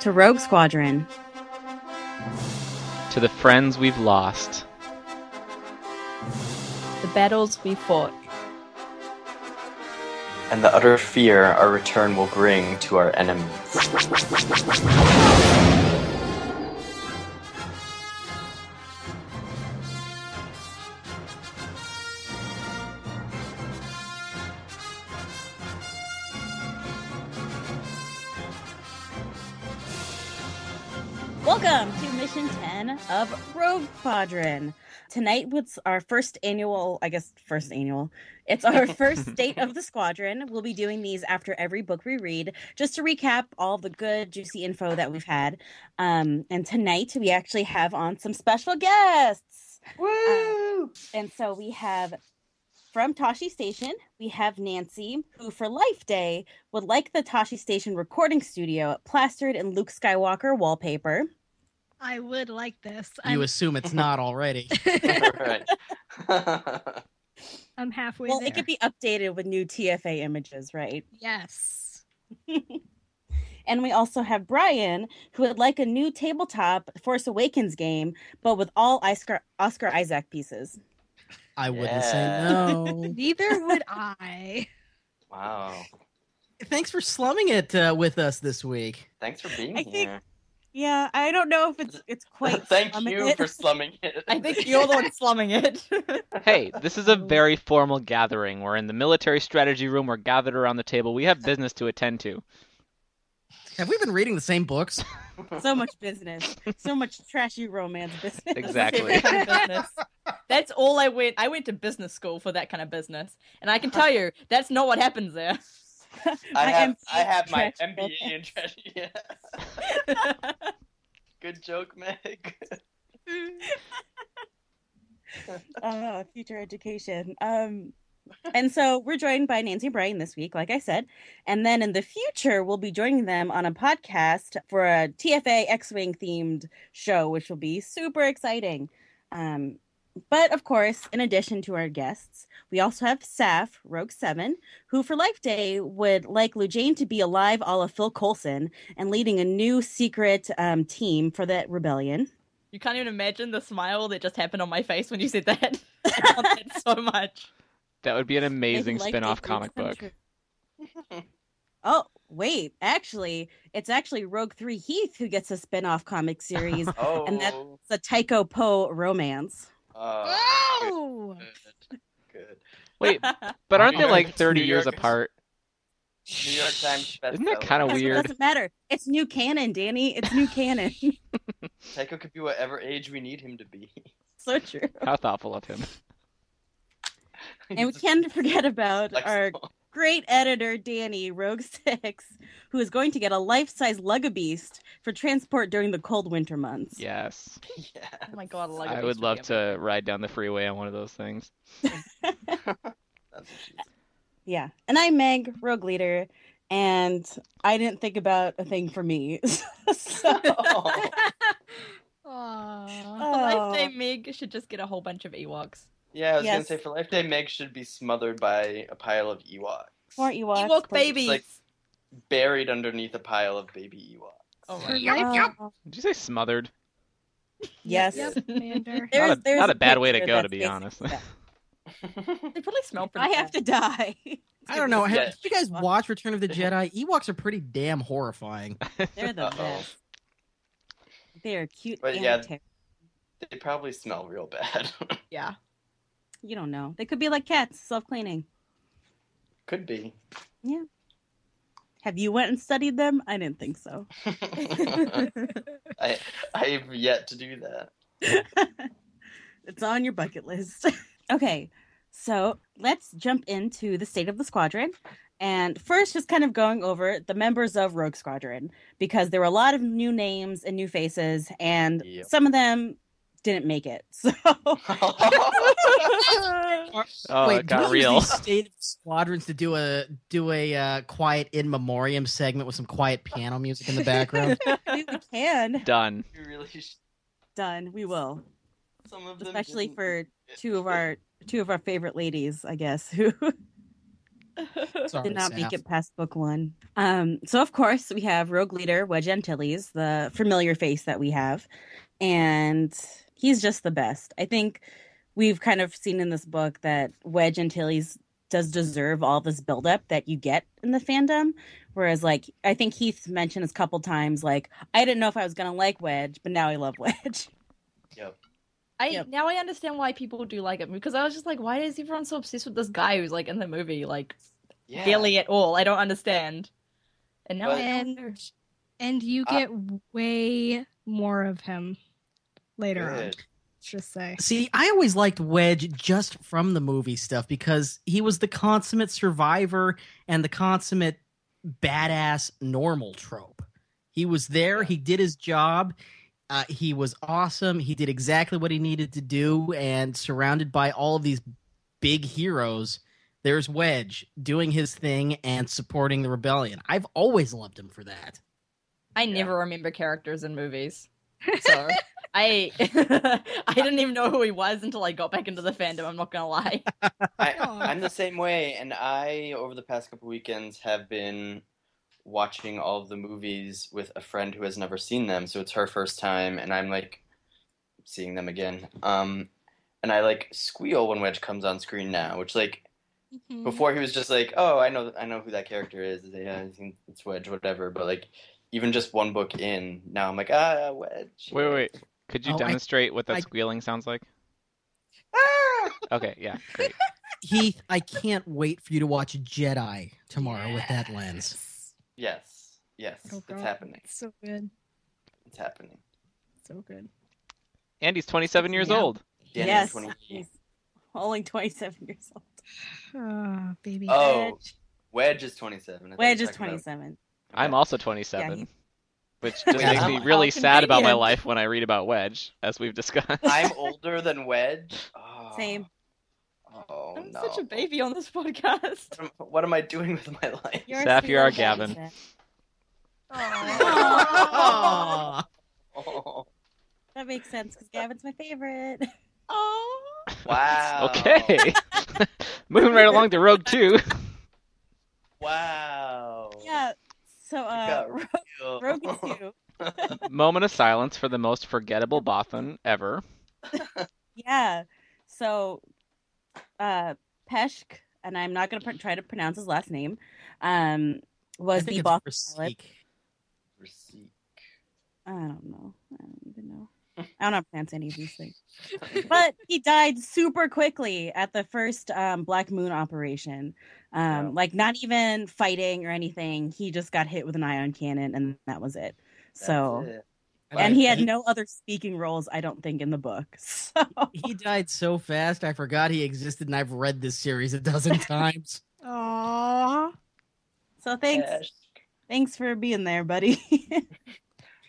to Rogue Squadron. To the friends we've lost. The battles we fought. and the utter fear our return will bring to our enemies. Welcome to Mission 10 of Rogue Squadron. Tonight was our first annual, I guess, first annual. It's our first date of the squadron. We'll be doing these after every book we read, just to recap all the good, juicy info that we've had. Um, and tonight we actually have on some special guests. Woo! and so we have from Tashi Station, we have Nancy, who for Life Day would like the Tashi Station recording studio plastered in Luke Skywalker wallpaper. I would like this. You I'm, assume it's not already. right. I'm halfway Well, there. it could be updated with new TFA images, right? yes. And we also have Brian, who would like a new tabletop Force Awakens game, but with all Oscar, Oscar Isaac pieces. I wouldn't Yeah. say no. Neither would I. wow. Thanks for slumming it uh, with us this week. Thanks for being I here. think- Yeah, I don't know if it's- it's Thank you for slumming it. I think you're the one slumming it. Hey, this is a very formal gathering. We're in the military strategy room. We're gathered around the table. We have business to attend to. Have we been reading the same books? so much business, so much trashy romance business. Exactly. Kind of business. That's all I went. I went to business school for that kind of business, and I can tell you that's not what happens there. I My have MBA I have my trash MBA romance. in trash. Yeah. Good joke, Meg. uh, future education. Um, and so we're joined by Nancy and Brian this week, like I said. And then in the future, we'll be joining them on a podcast for a TFA X Wing themed show, which will be super exciting. Um, but of course, in addition to our guests, we also have Saf, Rogue Seven, who for Life Day would like Lujane to be alive a la Phil Coulson and leading a new secret um, team for that rebellion. You can't even imagine the smile that just happened on my face when you said that. I want that so much. That would be an Maybe amazing Life spin off Day comes comic book. true. oh, wait. Actually, it's actually Rogue 3 Heath who gets a spin off comic series. it's Oh. And that- a Tycho Poe romance. uh, Oh, good. Good. Wait, but aren't New they like York- 30 New years York- apart? New York Times bestseller. Isn't that kinda That's what Weird. doesn't matter. It's new canon, Danny. It's new canon. Tycho could be whatever age we need him to be. so true. How thoughtful of him. And we can't forget about our Flexible. great editor, Danny Rogue Six, who is going to get a life size Lugga Beast for transport during the cold winter months. Yes. Yeah. Oh my god, I, like I would love to ride down the freeway on one of those things. That's what she Yeah. And I'm Meg, Rogue Leader, and I didn't think about a thing for me. so. said. Oh. Aw. The Oh. life day Meg should just get a whole bunch of Ewoks. Yeah, I was gonna Yes. say for Life Day, Meg should be smothered by a pile of Ewoks, More Ewoks. Ewok please. babies. like- buried underneath a pile of baby Ewoks. Oh For my life- Oh, Did you say smothered? yes. Yep, Commander. There's- not a, there's not a bad picture way to go, that's to be basically honest. that. They probably smell pretty. I have to die. I don't know. Have, Yeah. Did you guys watch Return of the Jedi? Ewoks are pretty damn horrifying. They're the Uh-oh. best. They are cute But and yeah. ter- they probably smell real bad. Yeah. You don't know. They could be like cats, self-cleaning. Could be. Have you went and studied them? I didn't think so. I I've yet to do that. It's on your bucket list. okay, so let's jump into the state of the squadron. And first, just kind of going over the members of Rogue Squadron because there were a lot of new names and new faces, and Yep. some of them didn't make it. So, Oh, it got don't we real. use these State of squadrons to do a do a uh, quiet in memoriam segment with some quiet piano music in the background. we can. Done. You really should- Done. We will. some of them Especially didn't for get two of our two of our favorite ladies, I guess, who Sorry, Did not Saf. make it past book one. Um, so of course we have Rogue Leader Wedge Antilles, the familiar face that we have, and he's just the best. I think we've kind of seen in this book that Wedge Antilles does deserve all this buildup that you get in the fandom. Whereas, like, I think Heath mentioned this couple times, like, I didn't know if I was gonna like Wedge, but now I love Wedge. I Yep. now I understand why people do like him because I was just like, why is everyone so obsessed with this guy who's like in the movie like Yeah. barely at all? I don't understand. And now I And- don't know. And you Ah. get way more of him later on. Good. Let's just say. See, I always liked Wedge just from the movie stuff because he was the consummate survivor and the consummate badass normal trope. He was there, he did his job. Uh, he was awesome. He did exactly what he needed to do, and surrounded by all of these big heroes, there's Wedge doing his thing and supporting the rebellion. I've always loved him for that. I Yeah. never remember characters in movies. So I I didn't even know who he was until I got back into the fandom, I'm not gonna lie. I, Aw. I'm the same way, and I over the past couple weekends have been watching all of the movies with a friend who has never seen them, so it's her first time, and I'm like seeing them again. Um, and I like squeal when Wedge comes on screen now, which like Mm-hmm. before he was just like, oh, I know, I know who that character is. Yeah, I think it's Wedge, whatever. But like, even just one book in, now I'm like, ah, Wedge. Wait, wait, wait. Could you Oh, I- demonstrate what that I- squealing sounds like? Okay, yeah, great. Heath, I can't wait for you to watch Jedi tomorrow with that lens. Yes. Yes, yes, Oh, it's God. happening. It's so good. It's happening. So good. Andy's 27 years Yeah. old. Danny's yes, 28. he's only twenty-seven years old. Oh, baby. Oh, Wedge is 27. I think Wedge you're is talking about- twenty-seven. I'm Yeah. also 27, he- which just Yeah. makes me How- really how sad about my convenient. life when I read about Wedge, as we've discussed. I'm older than Wedge. Oh, Same. Oh I'm no. such a baby on this podcast. What am, what am I doing with my life? You're a Saf, you're our single Gavin. mindset. Aw. Oh, That makes sense because Gavin's my favorite. Oh Oh. wow. okay. Moving right along to Rogue 2. Wow. Yeah. So uh, Ro- Ew. Rogue Two. Moment of silence for the most forgettable Bothan ever. Yeah. So uh Peshk, and I'm not gonna pr- try to pronounce his last name, um, I was think the it's boss. Verseek. Receipt. I don't know. I don't even know. I don't know how to pronounce any of these things. But he died super quickly at the first um, Black Moon operation. Um, Wow. Like, not even fighting or anything. He just got hit with an ion cannon, and that was it. That's so, it. and he had He- no other speaking roles, I don't think, in the book. So, He died so fast, I forgot he existed, and I've read this series a dozen times. Aww. so thanks, Yes. thanks for being there, buddy.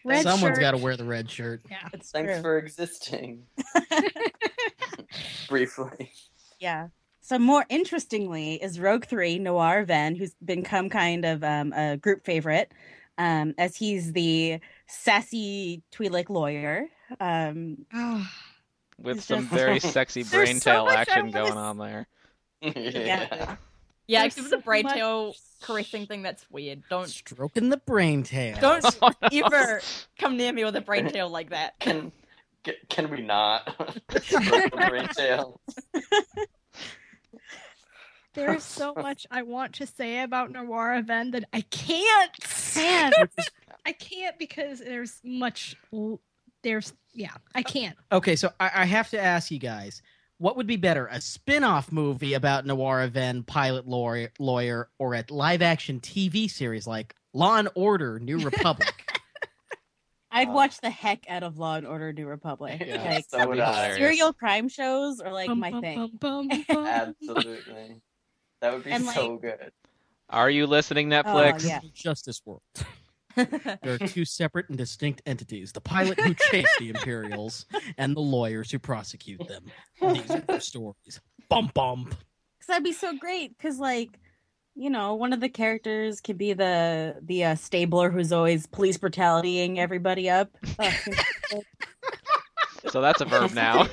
Red Someone's shirt. got to wear the red shirt. Yeah. It's Thanks true. for existing. Briefly. Yeah. So more interestingly is Rogue Three Noir Ven, who's become kind of um, a group favorite, um, as he's the sassy Twi'lek lawyer. Um, Oh, With It's some just- very sexy There's brain so tail much I action wanna going s- on there. yeah. yeah, There's except for the so braid much- tail caressing thing, that's weird. Don't Stroking the brain tail. don't Oh, ever come near me with a braid tail like that. Can c- can we not? Brain tail. there's so much I want to say about Noir Ven that I can't. Can't. I can't because there's much. l- There's yeah. Oh, I can't. Okay, so I, I have to ask you guys what would be better, a spin off movie about Noir Ven, pilot lawyer, lawyer, or a live action TV series like Law and Order, New Republic? I'd Uh. watch the heck out of Law and Order: New Republic. Yeah, Like so would I. hilarious. serial crime shows are like Bum, my bum, thing. bum, bum, bum. Absolutely. That would be And, so good. Are you listening, Netflix? Oh, yeah. Justice World. There are two separate and distinct entities the pilot who chased the Imperials and the lawyers who prosecute them. These are their stories. Bump, bump. Because that'd be so great. Because like, you know, one of the characters could be the the uh, stabler who's always police brutalitying everybody up. So that's a verb now.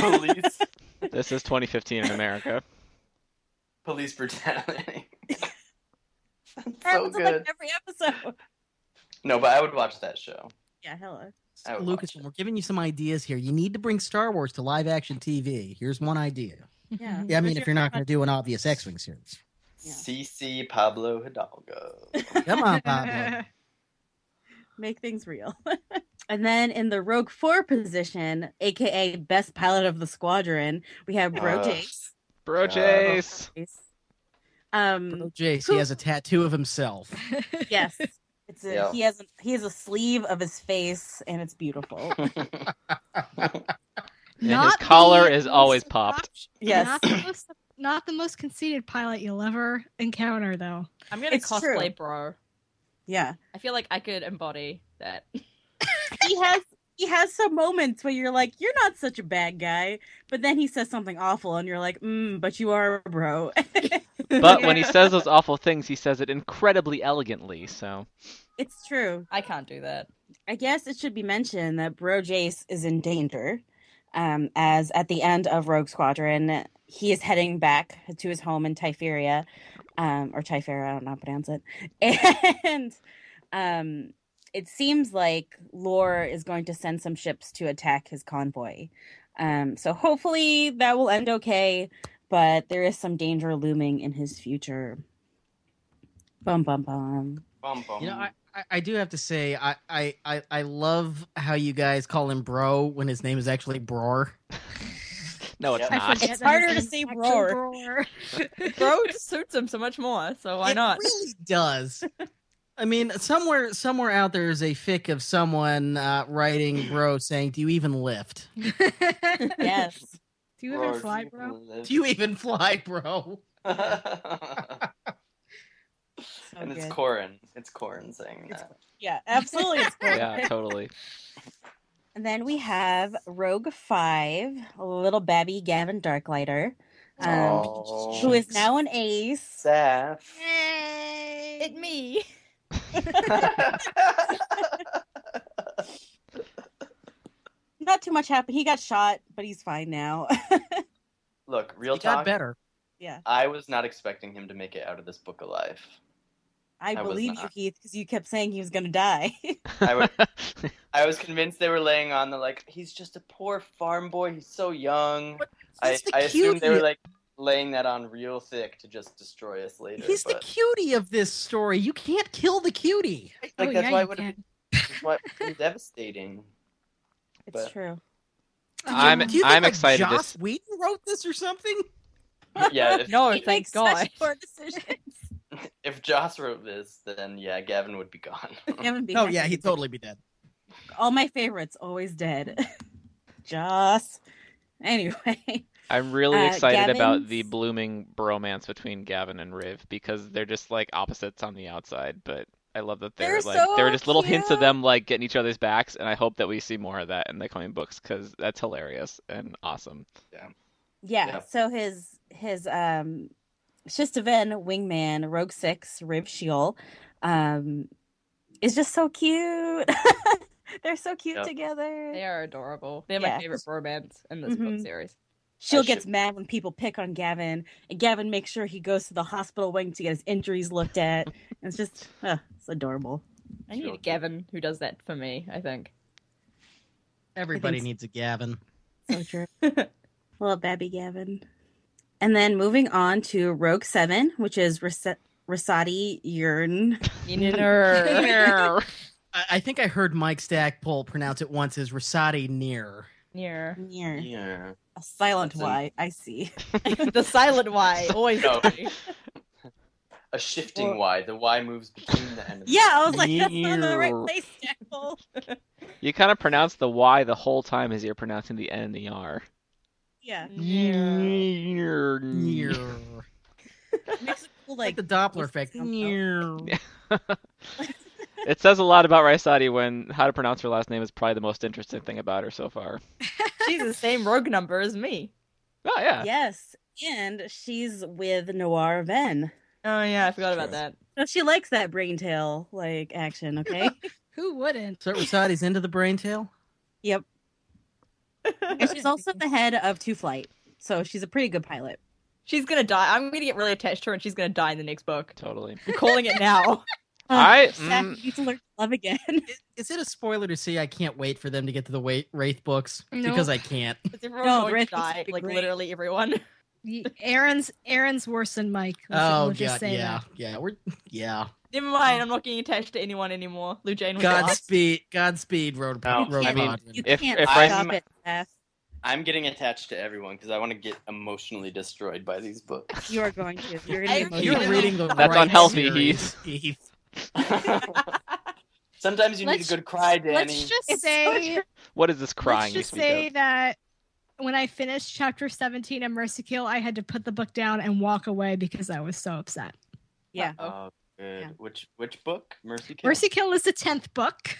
Police. this is 2015 in America. police brutality. That's so happens in like good. every episode. No, but I would watch that show. Yeah, hello. I would Lucas, watch it. we're giving you some ideas here. You need to bring Star Wars to live action TV. Here's one idea. Yeah. Yeah, I mean, Who's if your you're not going favorite- to do an obvious X Wing series, Yeah. CC Pablo Hidalgo. come on, Pablo. make things real. and then in the Rogue Four position, aka best pilot of the squadron, we have Bro Ugh. Jace. Bro God. Jace. Bro Um, Jace, he has a tattoo of himself. yes, it's a, Yeah. he has a, he has a sleeve of his face, and it's beautiful. Not his collar the is always most popped. obs- Yes. Not the, most, not the most conceited pilot you'll ever encounter, though. I'm gonna It's cosplay true. bro. yeah, I feel like I could embody that. he has he has some moments where you're like, you're not such a bad guy, but then he says something awful, and you're like, mm, but you are a bro. But when he says those awful things, he says it incredibly elegantly. So it's true. I can't do that. I guess it should be mentioned that Bro Jace is in danger, um, as at the end of Rogue Squadron, he is heading back to his home in Typheria, um, or Typhera, I don't know how to pronounce it. And um, it seems like Lore is going to send some ships to attack his convoy. Um, so hopefully that will end okay, but there is some danger looming in his future. Bum bum bum. Bum, bum. You know, I, I, I do have to say, I, I, I, I love how you guys call him Bro when his name is actually Bror. no, it's Yep. I not. forget It's that his harder to name's say actually roar. roar. Bro just suits him so much more, so why it not? Really does. I mean, somewhere, somewhere out there is a fic of someone uh, writing "Bro" saying, "Do you even lift? Yes. Do you even fly, bro? Do you even fly, bro?" and So it's good. Corin. It's Corin saying It's- that. Yeah, absolutely. It's cool. Yeah, totally. And then we have Rogue Five, little babby Gavin Darklighter, um, Oh. who is now an ace. Saf. It me. Not too much happened. He got shot, but he's fine now. Look, real He got talk. better. yeah, I was not expecting him to make it out of this book alive. I, I was believe you, not. Heath, because you kept saying he was going to die. I would- I was convinced they were laying on the like. He's just a poor farm boy. He's so young. I, He's the I assumed they were cutie- like laying that on real thick to just destroy us later. He's the but cutie of this story. You can't kill the cutie. like Oh, that's yeah, why you it would have can. been devastating. it's But- true. I'm- Do you think, I'm like, excited Joss this- Whedon wrote this or something. Yeah, if, No, He Oh, thank makes God. such poor decisions. if Joss wrote this, then yeah, Gavin would be gone. Gavin being Oh my- yeah, he'd totally be dead. All my favorites always dead. Joss. Anyway, I'm really Uh, excited about Gavin's- the blooming bromance between Gavin and Riv because they're just like opposites on the outside, but I love that They're they're, like there were so just little hints of cute. them like getting each other's backs, and I hope that we see more of that in the coming books because that's hilarious and awesome. yeah. Yeah. So his his um Shistaven wingman Rogue Six Riv Shiel um is just so cute. They're so cute Yep. together. They are adorable. They're Yeah. my favorite romance in this book Mhm. series. Shiel I gets should- mad when people pick on Gavin, and Gavin makes sure he goes to the hospital wing to get his injuries looked at. And it's just uh, it's adorable. I need Sure. a Gavin who does that for me, I think. Everybody so. needs a Gavin. So true. Little Babby Gavin. And then moving on to Rogue Seven, which is Rasa- Rasati Yearn. Neener. I, I think I heard Mike Stackpole pronounce it once as Rasati near. Near. Yearn. Yeah. A silent That's a- Y. I see. the silent Y. Always. No. funny. A shifting Or- Y. The Y moves between the end. Of the- Yeah, I was like, that's not in the right Year. place, Jackal. You kind of pronounce the Y the whole time as you're pronouncing the N and the R. Yeah. Near. Mm. Near. Near. Makes it cool, like, Like the Doppler effect. Sounds- Near. It says a lot about Raisati when how to pronounce her last name is probably the most interesting thing about her so far. She's the same rogue number as me. Oh yeah. yes. And she's with Noir Ven. Oh yeah, I forgot True. about that. So she likes that brain tail like action, okay? Who wouldn't? So Rasati's into the brain tail? yep. And she's also the head of Two Flight. So she's a pretty good pilot. She's gonna die. I'm gonna get really attached to her, and she's gonna die in the next book. Totally. I'm calling it now. I- Um, Zach, mm. you need to learn to love again. Is it a spoiler to say I can't wait for them to get to the Wait Wraith books? No. Because I can't. Is everyone No, going Rick, to this die? would be Like great. literally everyone. Y- Aaron's Aaron's worse than Mike. We'll ju- oh we'll god, just say yeah, that. yeah. We're yeah. Never mind. I'm not getting attached to anyone anymore. Lou Jane was last. Godspeed, Godspeed, Road, No, Road I mean, Rodman. You If- can't if I'm- stop it, Zach. I'm getting attached to everyone because I want to get emotionally destroyed by these books. You are going to. You're going to be I- emotional. You're reading the That's right unhealthy, series, Heath. Sometimes you Let's- need a good cry, Danny. Let's just It's so say, true. What is this crying let's just you speak say of? that when I finished chapter 17 of Mercy Kill, I had to put the book down and walk away because I was so upset. Yeah. Oh, good. Yeah. Which which book? Mercy Kill. Mercy Kill is the 10th book.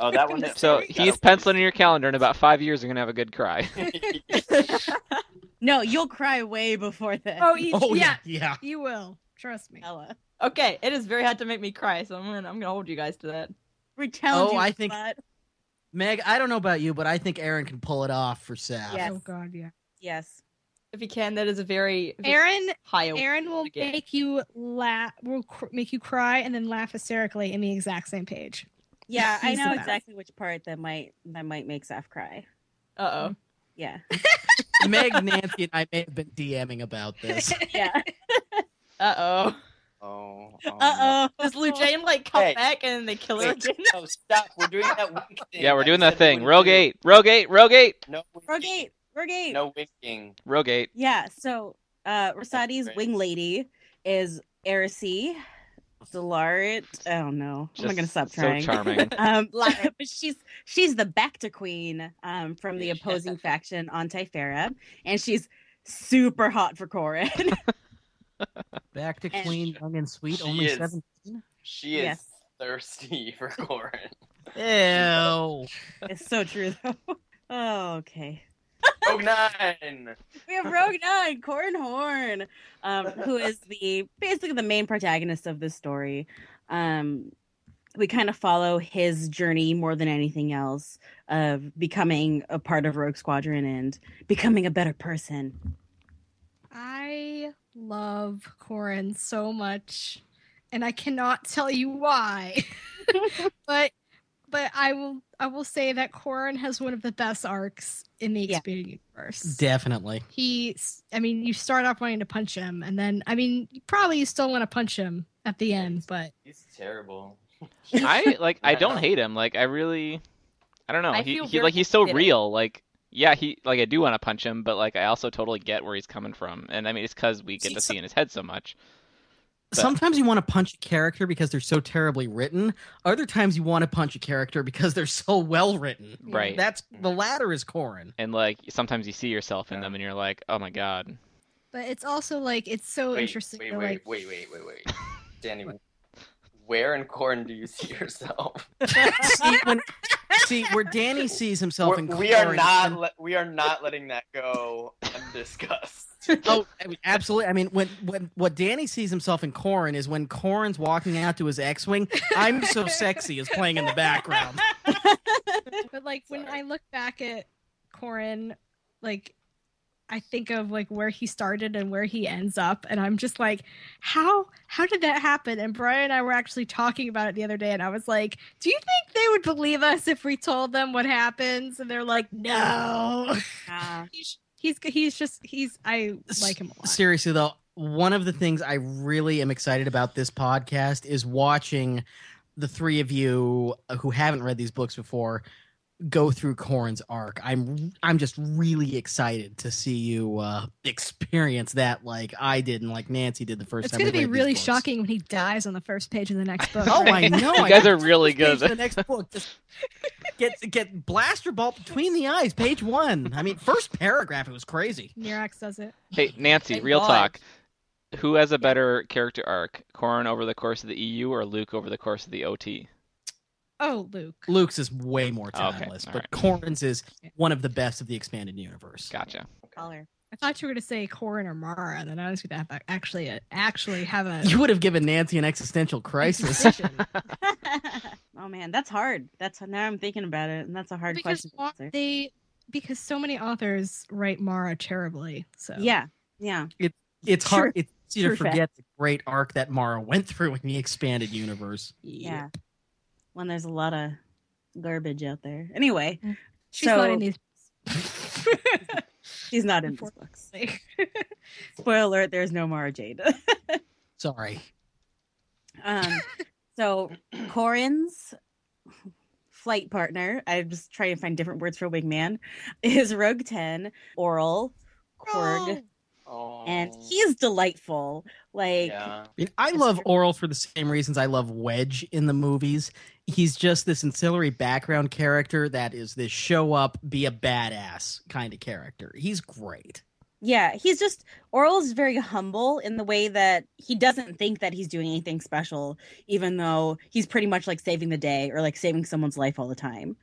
Oh, that one. that- So Gotta Heath, wait. penciling in your calendar. In about five years, you're gonna have a good cry. No, you'll cry way before this. Oh, each, Oh yeah, yeah, yeah. you will. Trust me. Ella. Okay, it is very hard to make me cry, so I'm gonna, I'm gonna hold you guys to that. We're telling Oh, you, I think- but- Meg, I don't know about you, but I think Aaron can pull it off for Saf. Yes. Oh God, yeah. Yes. If you can, that is a very Aaron, high. Aaron will again. make you laugh, will cr- make you cry, and then laugh hysterically in the exact same page. Yeah, I He's know the best. exactly which part that might that might make Zeph cry. Uh oh. Yeah. Meg, Nancy, and I may have been DMing about this. Yeah. Uh oh. Oh. oh no. Uh oh. Does Lou Jane like come Hey. back and they kill her Wait. again? Oh, stop! We're doing that wink thing. Yeah, I we're doing said that thing. we wouldn't do. Rogate, Rogate, Rogate, No winking. Rogate. Rogate. No winking. Rogate. Yeah, so uh Rosati's great. wing lady is Erisi Delarit. Oh no. I'm not Just gonna stop so trying. charming. Um, Love it. but she's she's the Bacta queen um, from the Yeah. opposing faction on Typhara, and she's super hot for Corin. Back to And- Queen, Young and Sweet, She only is. seven. She is Yes. thirsty for Corin. Ew. it's so true though. Oh, okay. Rogue Nine. We have Rogue Nine, Corin Horn, um, who is the basically the main protagonist of this story. Um, we kind of follow his journey more than anything else of becoming a part of Rogue Squadron and becoming a better person. I love Corin so much, and I cannot tell you why. but but I will I will say that Corin has one of the best arcs in the Yeah. Expanded universe. Definitely. He, s- I mean, you start off wanting to punch him, and then I mean, you probably you still want to punch him at the end, but He's terrible. I like. I Yeah. don't hate him. Like I really. I don't know. I he, feel he very like he's so empathetic. real. Like yeah, he like I do want to punch him, but like I also totally get where he's coming from. And I mean, it's because we get See, to so- see in his head so much. But- Sometimes you want to punch a character because they're so terribly written. Other times you want to punch a character because they're so well written. Yeah. Right. That's the latter is Corin. And like sometimes you see yourself in Yeah. them, and you're like, oh my god. but it's also like it's so Wait, Oh, interesting. Wait, to, wait, like, wait, wait, wait, wait. Danny, where in Corin do you see yourself? see, when, see where Danny sees himself We're- in Corin. we are not. and- let we are not letting that go undiscussed. oh, I mean, absolutely. I mean, when when what Danny sees himself in Corin is when Corin's walking out to his X-wing. I'm so sexy is playing in the background. But like when Sorry. I look back at Corin, like I think of like where he started and where he ends up, and I'm just like, how how did that happen? And Brian and I were actually talking about it the other day, and I was like, do you think they would believe us if we told them what happens? And they're like, no. Ah, he's he's he's just he's I like him a lot. Seriously though, one of the things I really am excited about this podcast is watching the three of you who haven't read these books before go through Corin's arc. I'm I'm just really excited to see you uh, experience that like I did and like Nancy did the first It's time. going to we be read these really books. shocking when he dies on the first page of the next book. Oh, right? I know. You I guys are really good. page to the next book. Just get get blaster bolt between the eyes. Page one. I mean, first paragraph. It was crazy. Mirax does it. Hey, Nancy, Thank real God. talk. Who has a better character arc, Corin over the course of the EU or Luke over the course of the OT? Oh, Luke. Luke's is way more timeless, Oh, all but right. Corin's is one of the best of the expanded universe. Gotcha. Collar. I thought you were going to say Corin or Mara, and then I was going to have a- actually a, actually have a You would have given Nancy an existential crisis. decision. oh man, that's hard. That's now I'm thinking about it, and that's a hard because question. to Mara- answer. they because so many authors write Mara terribly. So Yeah, yeah. it's True- hard. It's easy to true fact. forget the great arc that Mara went through in the expanded universe. Yeah. When there's a lot of garbage out there. Anyway, Mm. She's So- not in these. she's not in these books. Spoiler alert, there's no Mara Jade. Sorry. Um, so Corin's flight partner, I was trying to find different words for wingman, is Rogue Ten, Oral, Korg, Oh. and he is delightful. Like Yeah. I, mean, I love Oral for the same reasons I love Wedge in the movies. He's just this ancillary background character that is this show up, be a badass kind of character. He's great. Yeah, he's just Oral is very humble in the way that he doesn't think that he's doing anything special, even though he's pretty much like saving the day or like saving someone's life all the time.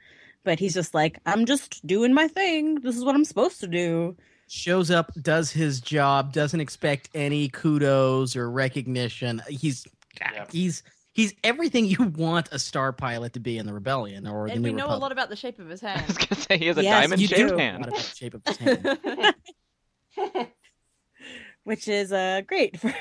But he's just like, I'm just doing my thing. This is what I'm supposed to do. Shows up, does his job, doesn't expect any kudos or recognition. He's Yeah. he's he's everything you want a star pilot to be in the rebellion or the and new we know Republic. a lot about the shape of his I was hand. gonna say he has a Yes, diamond you do shaped know a hand. lot about the shape of his hand. which is uh great for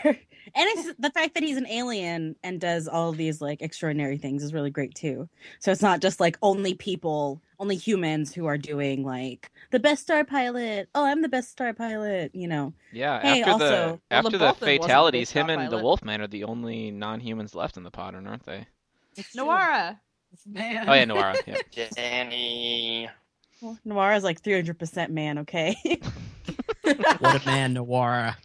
and it's the fact that he's an alien and does all of these like extraordinary things is really great too so it's not just like only people only humans who are doing like the best star pilot oh i'm the best star pilot you know Yeah, Hey, after also- the Well, after the Leviathan wasn't a fatalities, big him and the pilot. Wolfman are the only non-humans left in the pattern, aren't they? Noara. Man. Oh yeah, Noara. Yeah. Danny. well, noira's like 300% man okay what a man, Nawara.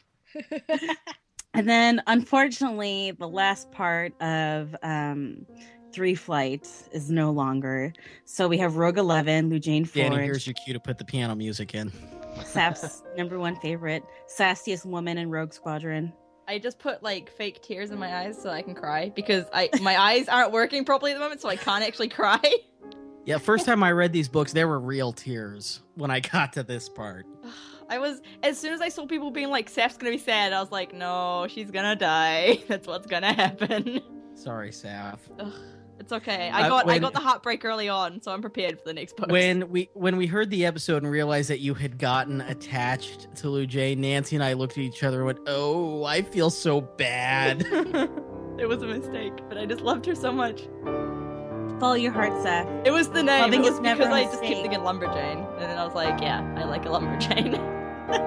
and then unfortunately the last part of um three flight is no longer so we have rogue 11 lujane Danny, Forge. here's your cue to put the piano music in. Sap's number one favorite, sassiest woman in Rogue Squadron. I just put like fake tears in my eyes so I can cry because I my eyes aren't working properly at the moment, so I can't actually cry. Yeah, first time I read these books, there were real tears when I got to this part. I was as soon as I saw people being like, "Saf's gonna be sad," I was like, "No, she's gonna die. That's what's gonna happen." Sorry, Saf. It's okay. I Uh, got I when- got the heartbreak early on, so I'm prepared for the next book. When we when we heard the episode and realized that you had gotten attached to Lou Jay, Nancy and I looked at each other and went, "Oh, I feel so bad." it was a mistake, but I just loved her so much. Follow your heart, Saf. It was the name. Loving It is was never because a I just kept mistake. thinking lumberjane, and then I was like, yeah, I like a lumberjane.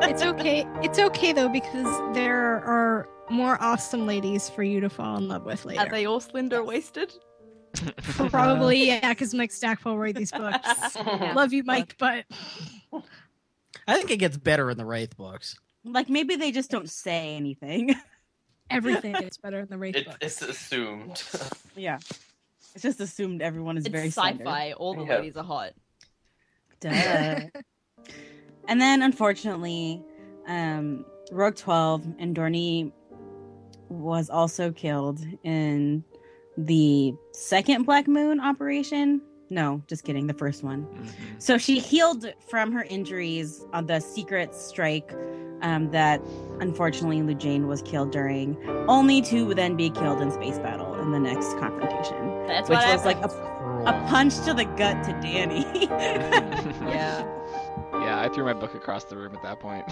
it's okay. It's okay though because there are more awesome ladies for you to fall in love with Are later. they all slender waisted? Probably yeah, because Mike Stackpole wrote these books. Love you, Mike, but I think it gets better in the Wraith books. Like maybe they just don't say anything. everything gets better in the Wraith It, books. it's assumed. yeah. It's just assumed everyone is It's very sci-fi. slender. All the Yeah. ladies are hot. Duh. and then unfortunately, um, Rogue 12 and Dorney was also killed in the second Black Moon operation. No, just kidding, the first one. Mhm. So she healed from her injuries on the secret strike um, that unfortunately Lujane was killed during, only to then be killed in space battle in the next confrontation, That's which what was I like a, a punch to the gut to Danny. Yeah, yeah, I threw my book across the room at that point.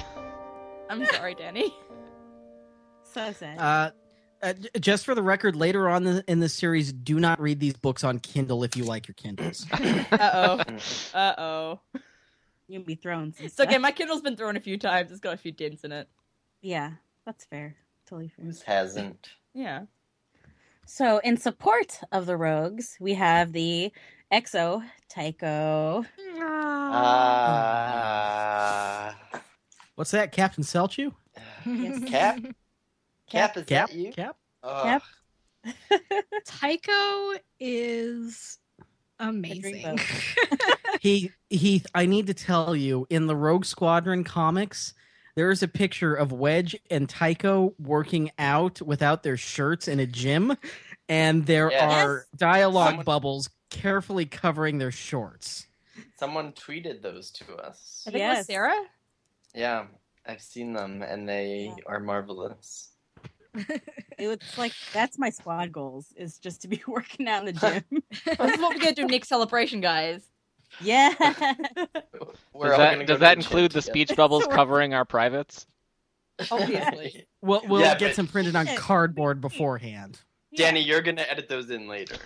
I'm sorry, Danny. so sad. Uh, uh, j- just for the record, later on the, in the series, do not read these books on Kindle if you like your Kindles. Uh oh. Uh oh. You'll be thrown. Some It's okay. stuff. My Kindle's been thrown a few times. It's got a few dents in it. Yeah, that's fair. Totally fair. Hasn't. Yeah. So, in support of the rogues, we have the Exo Tycho. Uh, Ah. What's that, Captain Selchu? Yes. Cap? Ah. Cap, is Cap? that you? Cap? Ugh. Cap. Tycho is amazing. he he i need to tell you in the rogue squadron comics there is a picture of wedge and tycho working out without their shirts in a gym and there Yes. are dialogue Someone- bubbles carefully covering their shorts Someone tweeted those to us. I think it Yes. was Sarah. Yeah, I've seen them and they Yeah. are marvelous. It's like that's my squad goals is just to be working out in the gym. This is what we're gonna do next celebration, guys. Yeah. We're Does all that, gonna go does that to the gym include the together. speech bubbles covering our privates? Obviously. We'll, we'll Yeah, get but- some printed on cardboard beforehand. Danny, you're gonna edit those in later.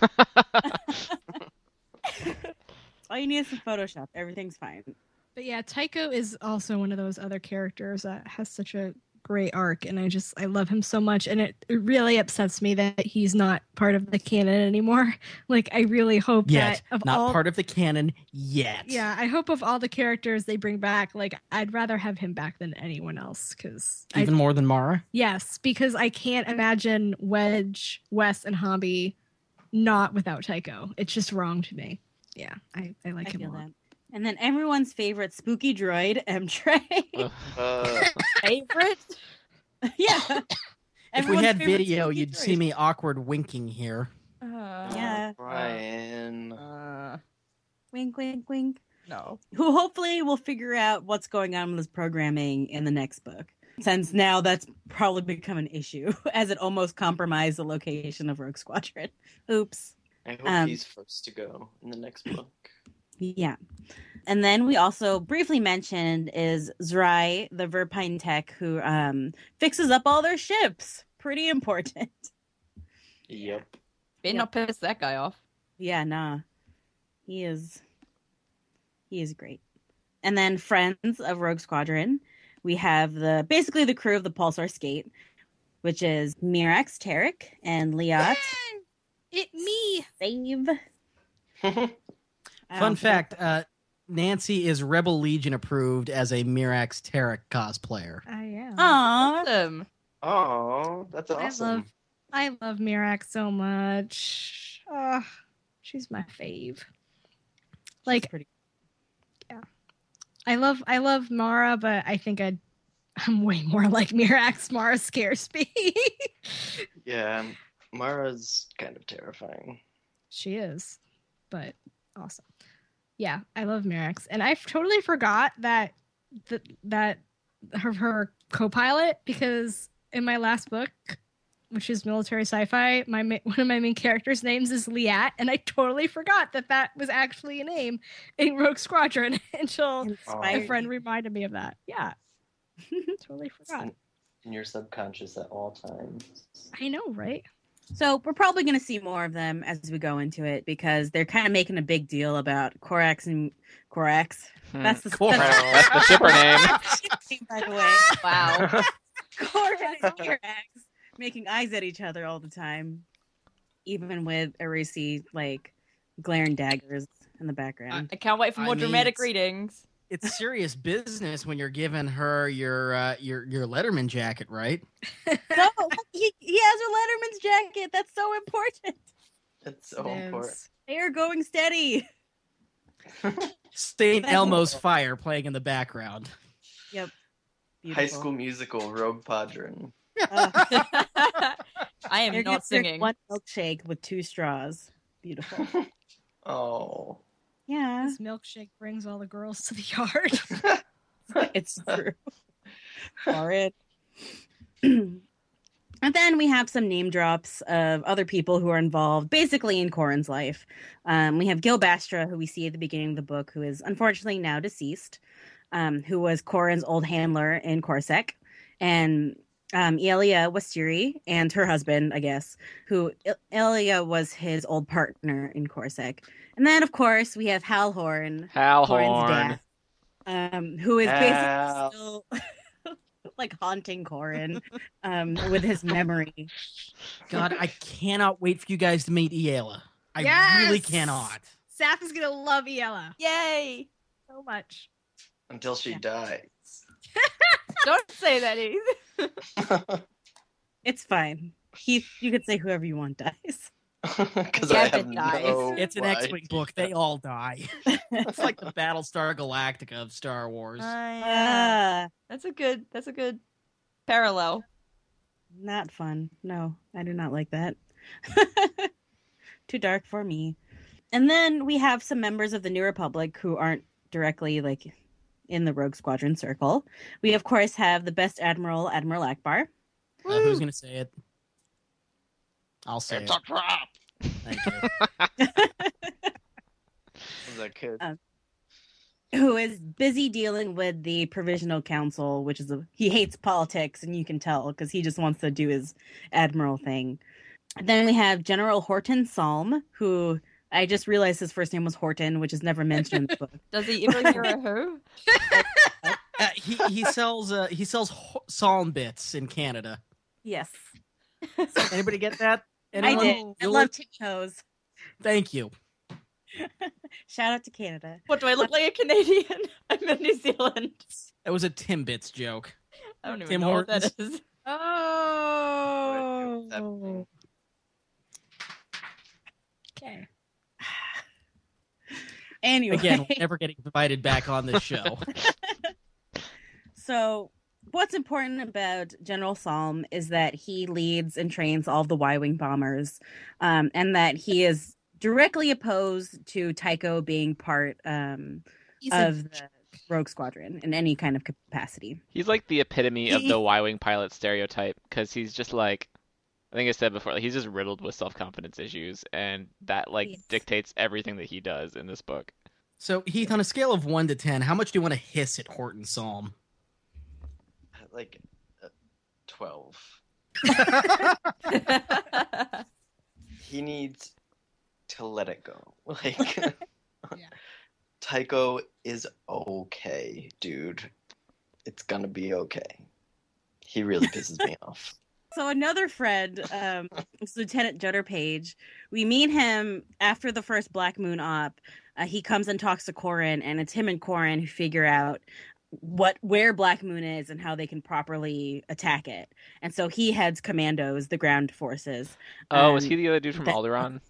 All you need is some Photoshop. Everything's fine. But yeah, Tycho is also one of those other characters that has such a great arc, and I just I love him so much, and it, it really upsets me that he's not part of the canon anymore. Like I really hope Yet, that of not all, part of the canon yet. Oh. yeah, I hope of all the characters they bring back, like I'd rather have him back than anyone else because Even more than Mara. yes, because I can't imagine Wedge, Wes, and Hobby not without Tycho. It's just wrong to me. Yeah, I I like I him a feel lot. that. And then everyone's favorite spooky droid, M Trey. Ugh. Uh, Favorite? yeah. If we Everyone's had favorite video, spooky you'd droid. see me awkward winking here. Uh, Yeah. Brian. Uh, Wink, wink, wink. no. Who hopefully will figure out what's going on with his programming in the next book. Since now that's probably become an issue, as it almost compromised the location of Rogue Squadron. Oops. I hope Um, he's first to go in the next book. Yeah. And then we also briefly mentioned is Zrai, the Verpine tech who um, fixes up all their ships. Pretty important. Yep. Better not piss that guy off. Yeah, nah. He is he is great. And then friends of Rogue Squadron, we have the basically the crew of the Pulsar Skate, which is Mirax, Tarek, and Liat. It me. Save. Um, I Fun don't fact uh, Nancy is Rebel Legion approved as a Mirax Tarek cosplayer. I am. think- Aw. Awesome. Oh, that's awesome. I love I love Mirak so much. Ugh, she's my fave. Like pretty- Yeah. I love I love Mara, but I think I I'm way more like Mirak's Mara scares me. Yeah, Mara's kind of terrifying. she is, but awesome. Yeah, I love Mirak's. And I totally forgot that that that her, her co-pilot because in my last book which is military sci-fi my ma- one of my main characters names is liat and i totally forgot that that was actually a name in rogue squadron until my Inspired. friend reminded me of that yeah totally forgot In your subconscious at all times. i know right So we're probably going to see more of them as we go into it because they're kind of making a big deal about Korax and Korax. Hmm. That's the Korax. That's the shipper name. name, by the way. Wow. Korax and Korax making eyes at each other all the time, even with Arisi like glaring daggers in the background. I can't wait for I more mean, dramatic it's- readings. it's serious business when you're giving her your uh, your your Letterman jacket, right? so look, he, he has her Letterman's jacket. That's so important. It's so important. They are going steady. St. Elmo's fire playing in the background. High Beautiful. School Musical, Rogue Padron. Ugh. I am They're gonna not drink singing. One milkshake with two straws. Beautiful. oh. Yeah, this milkshake brings all the girls to the yard it's true. Horrid. and then we have some name drops of other people who are involved basically in Corin's life. Um, we have Gil Bastra, who we see at the beginning of the book, who is unfortunately now deceased, um, who was Corin's old handler in Corsac, and um, Elia Wastiri and her husband, I guess, who I- Elia was his old partner in Corsac. And then, of course, we have Hal Horn, Hmm. Hal Corin's Horn. dad, um, who is basically Ow. still like haunting Corin um, with his memory. God, I cannot wait for you guys to meet Eela. I really Yes! cannot. saf is gonna love Iella Yay! so much Until she Yeah. dies. Don't say that, Heath. It's fine. He, you could say whoever you want dies. Because I Yeah, have but dies. Oh, no. It's an why. X-wing book. They all die. it's like the Battlestar Galactica of Star Wars. Ah, That's a good. That's a good parallel. not fun. No, I do not like that. Too dark for me. And then we have some members of the New Republic who aren't directly like in the Rogue Squadron circle. We of course have the best admiral, Admiral Akbar. Uh, who's gonna say it? I'll say it. trap. Thank you. As a kid. who is busy dealing with the provisional council, which is a, he hates politics, and you can tell because he just wants to do his admiral thing. Then we have General Horton Salm, who I just realized his first name was Horton, which is never mentioned in the book. Does he ever hear a who? Uh, he he sells uh, he sells ho- psalm bits in Canada. Yes, Anybody get that? I Anyone? did. I Really? love Tim Hose. Thank you. Shout out to Canada. What do I look like a Canadian? I'm in New Zealand. That was a Timbits joke. I don't even Tim know what that is. Oh. Okay. Anyway, Again, we're never getting invited back on this show. So, what's important about General Salm is that he leads and trains all of the Y Wing bombers, um, and that he is directly opposed to Tycho being part um, He's a- of the Rogue Squadron in any kind of capacity. He's like the epitome of the Y Wing pilot stereotype because he's just like, I think I said before, like, he's just riddled with self confidence issues, and that like Yes. dictates everything that he does in this book. so Heath, on a scale of one to ten, how much do you want to hiss at Horton Psalm? Like uh, twelve. He needs to let it go. Like Tycho is okay, dude. It's gonna be okay. He really pisses me off. So another friend, um, is Lieutenant Judder Page. We meet him after the first Black Moon op. Uh, he comes and talks to Corin, and it's him and Corin who figure out what where Black Moon is and how they can properly attack it. And so he heads commandos, the ground forces. Oh, was Um, he the other dude from that- Alderaan?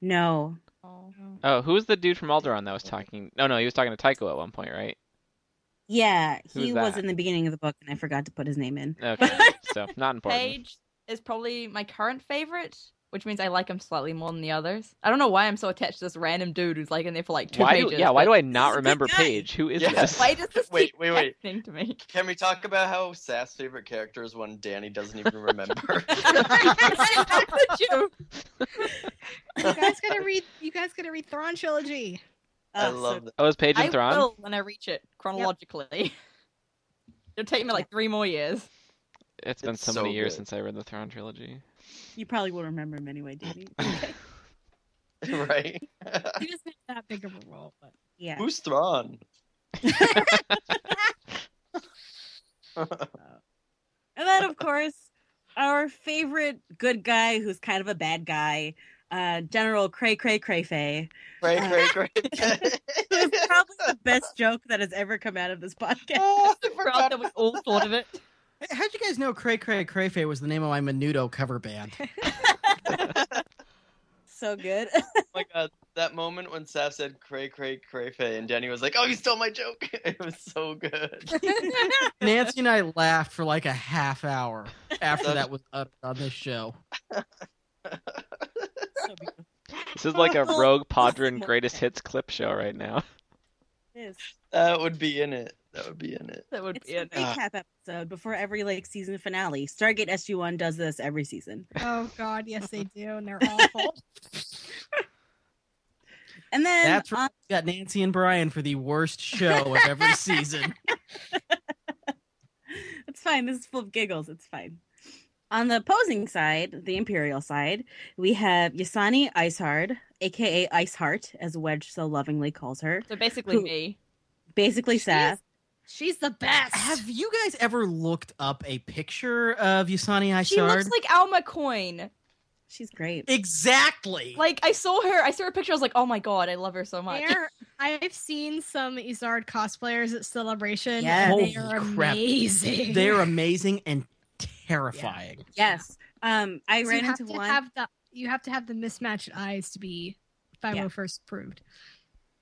No, Oh, who was the dude from Alderaan that was talking? No, no, he was talking to Tycho at one point, right? yeah, Who's he was that? in the beginning of the book, and I forgot to put his name in. Okay, so not important. Page is probably my current favorite, which means I like him slightly more than the others. I don't know why I'm so attached to this random dude who's like in there for like two why? pages. do, yeah, why do I He's a not good remember guy. Page? Who is Yeah. this? Why does this Wait, keep wait, wait. happening to me? Can we talk about how Sass' favorite character is one Danny doesn't even remember? you? you guys gotta read. You guys gotta read Thrawn trilogy. I Uh, so- love that. Oh, is Page I and Thrawn? will when I reach it chronologically. It'll take me like three more years. It's been It's so, so many years good. since I read the Thrawn trilogy. you probably will remember him anyway, Danny. right? He doesn't have that big of a role, but Yeah. Who's Thrawn? And then, of course, our favorite good guy who's kind of a bad guy, uh, General Cray Cray Crayfay, Great, great, great. who's probably the best joke that has ever come out of this podcast. oh, Ah, I Proud forgot. that we all thought of it. Hey, How'd you guys know Cray Cray Crayfay was the name of my Menudo cover band? So good. Oh my god, that moment when Sass said "cray cray crayfay" and Danny was like, "Oh, you stole my joke!" It was so good. Nancy and I laughed for like a half hour after that was uttered on this show. So beautiful. This is like a Oh, Rogue Podrin more greatest hits clip show right now. It is. That would be in it. That would be in it. That would It's be a it. recap episode before every like season finale. Stargate SG One does this every season, oh god, yes they do, and they're awful. and then That's right. on- We got Nancy and Brian for the worst show of every season. it's fine. This is full of giggles. It's fine. On the opposing side, the Imperial side, we have Yasani Icehard, aka Iceheart, as Wedge so lovingly calls her. So basically Who- me. Basically, She Seth. She's the best. Have you guys ever looked up a picture of Yusani Ishard? She looks like Alma Coin. She's great. exactly. Like I saw her, I saw her picture. I was like, oh my god, I love her so much. There, I've seen some Izard cosplayers at Celebration. Yes. and Holy they are crap. amazing. They're amazing and terrifying. Yes. Um, I So ran you have into to one. Have the, you have to have the mismatched eyes to be 501st approved.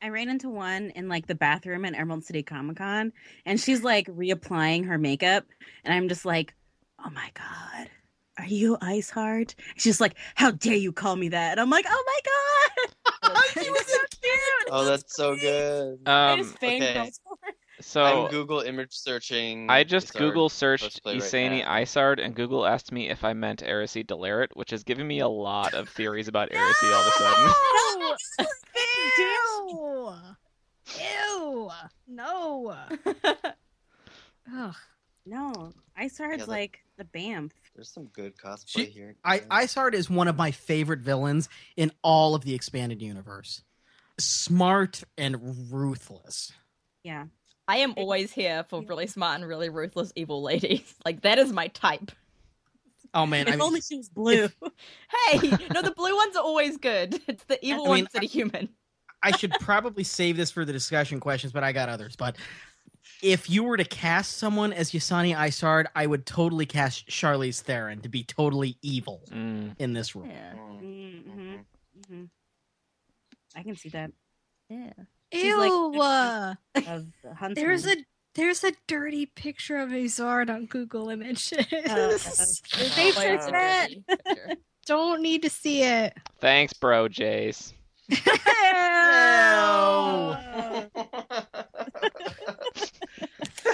I ran into one in like the bathroom at Emerald City Comic Con, and she's like reapplying her makeup, and I'm just like, oh my god, are you Iceheart? She's like, how dare you call me that? And I'm like, oh my god, she was so cute. Oh, that's so good. I Um, just fangirled okay. for her. Uh, oh. so I'm Google image searching. I just Sorry. Google Let's searched play right Isani now. Isard, and Google asked me if I meant Erisi Delarit, which is giving me a lot of theories about Erisi all of a sudden. Oh, Dude, ew. Ew. No. Ugh. No, Isard's Yeah, the- like the BAMF. There's some good cosplay She- here. I, Isard is one of my favorite villains in all of the expanded universe. Smart and ruthless. Yeah. I am always here for really smart and really ruthless evil ladies. Like that is my type. Oh man, if I mean, only she was blue. Hey, no, the blue ones are always good. It's the evil I mean, ones that are human. I should probably save this for the discussion questions, but I got others. But if you were to cast someone as Yasani Isard, I would totally cast Charlize Theron to be totally evil Mm. in this role. Yeah, Mm, Mm-hmm. hmm mhm. hmm I can see that. yeah. Ew. She's like- uh, Of the huntsman. there's a there's a dirty picture of Azard on Google Images. Oh, they fix Like, it's a that? dirty picture. Don't need to see it. Thanks, bro, Jace. Ew. Mm-hmm.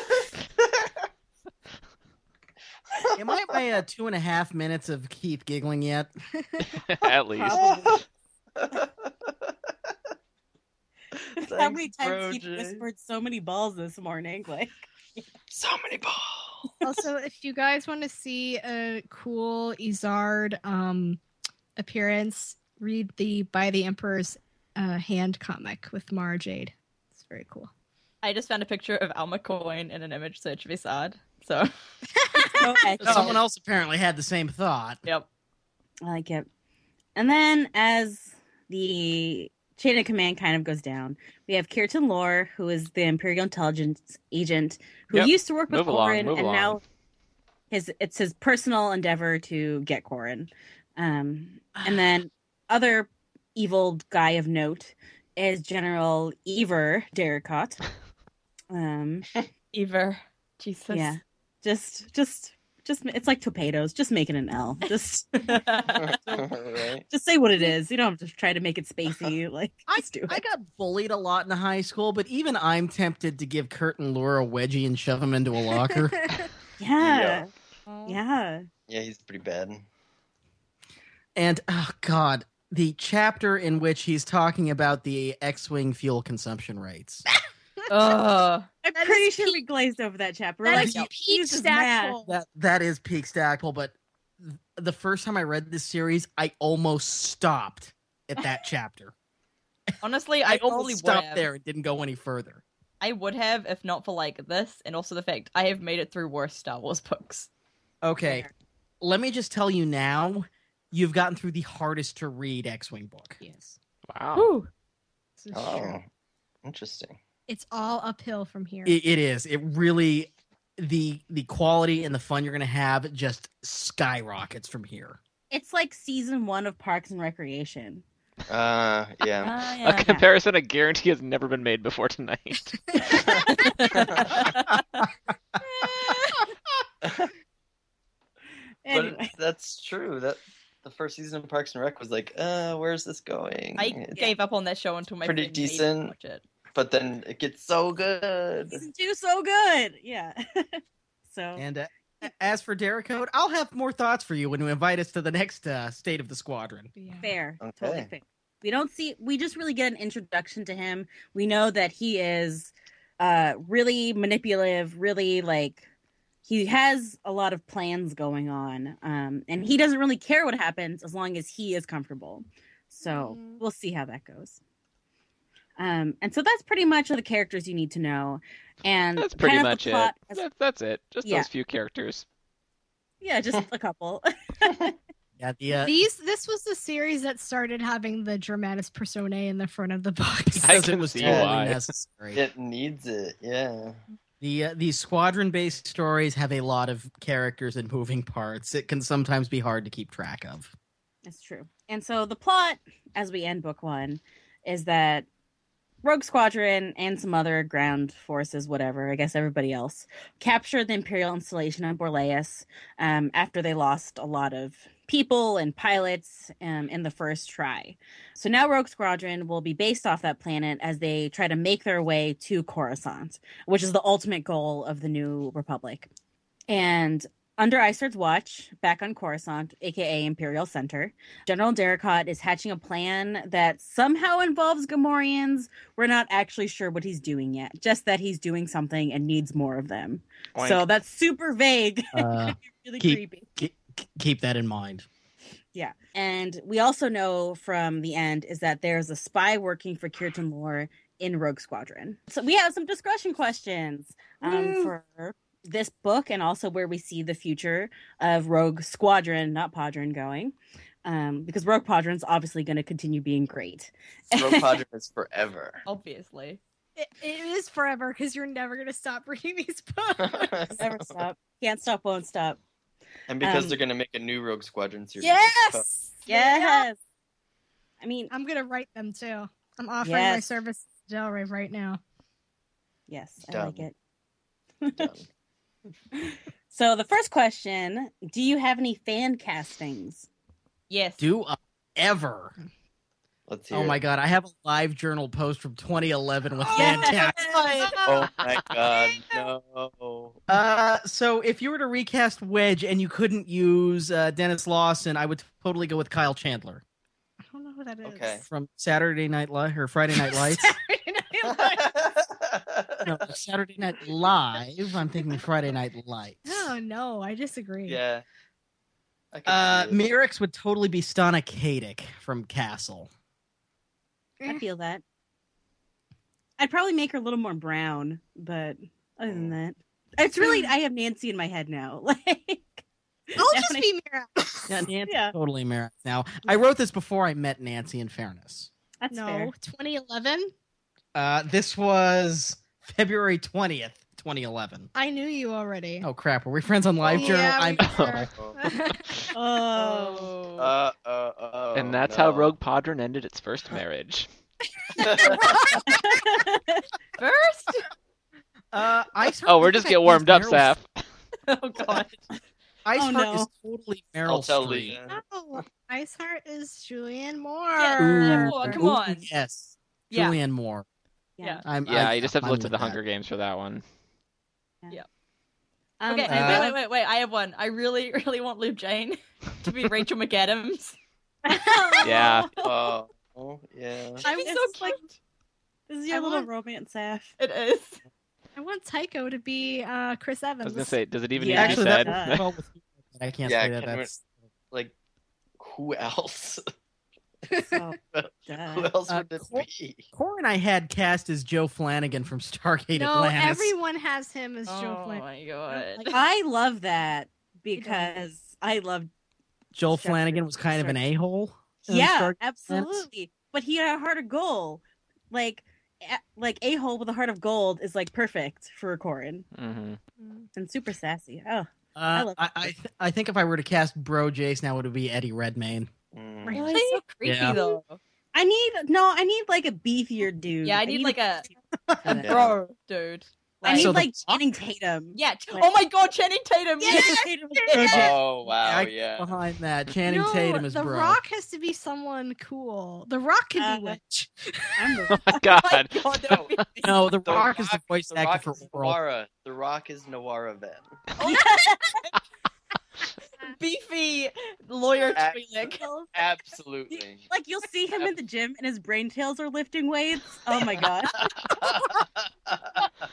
Am I at my uh, two and a half minutes of Keith giggling yet? At least. How many Thanks, bro, times he Jay. whispered so many balls this morning? Like, So many balls. also, if you guys want to see a cool Izard um, appearance, read the By the Emperor's uh, Hand comic with Mara Jade. It's very cool. I just found a picture of Alma Coin in an image search of Isard. So so But edgy. Someone else apparently had the same thought. yep. I like it. And then as the chain of command kind of goes down, we have Kirtan Lore, who is the Imperial Intelligence agent who Yep. used to work with Move along, Corrin, move and along. now his it's his personal endeavor to get Corrin. Um, and then other evil guy of note is General Ever Derricott. Um, Ever. Jesus. yeah, just just just it's like torpedoes, just making an L, just. right? just say what it is. You don't have to try to make it spacey. Like I- just do it. I got bullied a lot in high school, but even I'm tempted to give Kurt and Laura a wedgie and shove him into a locker. yeah, yeah. Yeah, he's pretty bad. And oh god, the chapter in which he's talking about the X-wing fuel consumption rates. oh. I'm That pretty is sure peak- we glazed over that chapter. We're That like, is "Yep, peak he's just mad." Stackpole. that that is peak Stackpole, but th- the first time I read this series, I almost stopped at that chapter. Honestly, I, I probably almost would stopped have. there and didn't go any further. I would have if not for like this and also the fact I have made it through worse Star Wars books. Okay. Let me just tell you now, you've gotten through the hardest to read X-wing book. Yes. Wow. This is true. Oh, interesting. It's all uphill from here. It, it is. It really the the quality and the fun you're going to have just skyrockets from here. It's like season one of Parks and Recreation. Uh, yeah. A comparison I guarantee has never been made before tonight. Anyway, But that's true. That the first season of Parks and Rec was like, uh, where's this going? I It's- gave up on that show until my Pretty friend made me decent. Watch it. But then it gets so good. season two so good. Yeah. so And uh, as for Derek Code, I'll have more thoughts for you when you invite us to the next uh, State of the Squadron. Yeah. fair. Okay. Totally fair. We don't see we just really get an introduction to him. We know that he is uh really manipulative, really like he has a lot of plans going on. Um and he doesn't really care what happens as long as he is comfortable. So Mhm. we'll see how that goes. Um and so that's pretty much all the characters you need to know. And That's pretty kind of the much it. plot has- That, that's it. Just Yeah. those few characters. yeah, just a couple. Yeah, the uh, These this was the series that started having the dramatis personae in the front of the box. I because it can was see totally why. necessary. It needs it. Yeah. The uh, the squadron based stories have a lot of characters and moving parts. It can sometimes be hard to keep track of. That's true. And so the plot, as we end book one, is that Rogue Squadron and some other ground forces, whatever, I guess everybody else, captured the Imperial installation on Borlaeus um, after they lost a lot of people and pilots um, in the first try. So now Rogue Squadron will be based off that planet as they try to make their way to Coruscant, which is the ultimate goal of the New Republic. And Under Isard's watch, back on Coruscant, aka Imperial Center, General Derricott is hatching a plan that somehow involves Gamorreans. We're not actually sure what he's doing yet, just that he's doing something and needs more of them. Oink. So that's super vague. Uh, really Keep- creepy. ke- keep that in mind. Yeah. And we also know from the end is that there's a spy working for Kirtan Lore in Rogue Squadron. So we have some discussion questions um, Woo. for this book and also where we see the future of Rogue Squadron, not Podron, going. Um, because Rogue Podron's obviously going to continue being great. Rogue Podron is forever. Obviously. It, it is forever because you're never going to stop reading these books. and Never stop. Can't stop, won't stop. because Um, they're going to make a new Rogue Squadron series. yes. Yes. I mean, I'm going to write them too. I'm offering my Yes. services to Delray right now. yes, I Done. like it. Done. So the first question, do you have any fan castings? Yes. Do I ever? Let's hear Oh my it. god, I have a live journal post from 2011 with Oh, that tag. Oh my god, no. Uh, so if you were to recast Wedge and you couldn't use uh, Dennis Lawson, I would totally go with Kyle Chandler I don't know who that is. Okay. from Saturday Night Live or Friday Night Lights. Saturday Night Live. no, Saturday Night Live. I'm thinking Friday Night Lights. Oh no, I disagree. yeah. I could Uh, see it. Merrick's would totally be Stana Katic from Castle. I Eh. feel that. I'd probably make her a little more brown, but other than that, it's really I have Nancy in my head now. Like, I'll Now just when I- be Mira. Yeah, Nancy, Yeah. totally Merrick. Now, I wrote this before I met Nancy. In fairness, that's no, fair. 2011. uh, this was February 20th, 2011. I knew you already. Oh crap! Were we friends on Live Yeah, Journal? we I'm were. Oh, Uh, uh, oh, and that's no. how Rogue Podron ended its first marriage. First? Uh, Ice Oh, we're just get warmed up, Saf. Oh god. Ice Oh, Heart no. is totally Meryl I'll tell Streep. Lee. no, Oh, Iceheart is Julianne Moore. Yeah, Ooh. come Ooh, on. yes, Yeah. Julianne Moore. yeah. I'm, Yeah, i you just have to I'm look to with the that. Hunger Games for that one. Um, Okay, and uh, wait, then- wait, wait, wait. I have one. I really, really want Luke Jane to be Rachel McAdams. Yeah. Oh, oh, yeah. I She's was so so cute. like, this is your I little want- romance half. It is. I want Tycho to be uh, Chris Evans. I was gonna say, does it even Yeah, need to Actually, be that that's- said? was well with you, but I can't Yeah, say that. can we- That's Like, who else? So, who duh. else Uh, would this Cor- be? Core and I had cast as Joe Flanagan from Stargate no, Atlantis. everyone has him as Joe oh Flynn. my god. like- I love that because I love. Joel Jeffrey- Flanagan was kind of an a hole. Yeah, absolutely. But he had a heart of gold. Like, a- like a hole with a heart of gold is like perfect for Corin hmm and super sassy. Oh. I Uh, love I, I, th- I think if I were to cast Bro Jace now, it would be Eddie Redmayne. Mm. Right. Really? so creepy Yeah. though. I need no. I need like a beefier dude. Yeah, I need like a a Yeah. bro, dude. I need So the- like Channing Tatum. yeah. Ch- oh my god, Channing Tatum. Channing Yes. Tatum. Oh, wow, I- yeah. Behind that, Channing no, Tatum is The Bro. Rock has to be someone cool. The Rock could Uh, be Witch. I'm the- Oh my god. Oh my god, that would be No, the, The Rock, is the Rock- voice The Rock actor is for Oral. Nawara. The Rock is Nawara then. beefy lawyer Ac- Twi'lek. Absolutely. like you'll see him in the gym and his brain tails are lifting weights. Oh my god.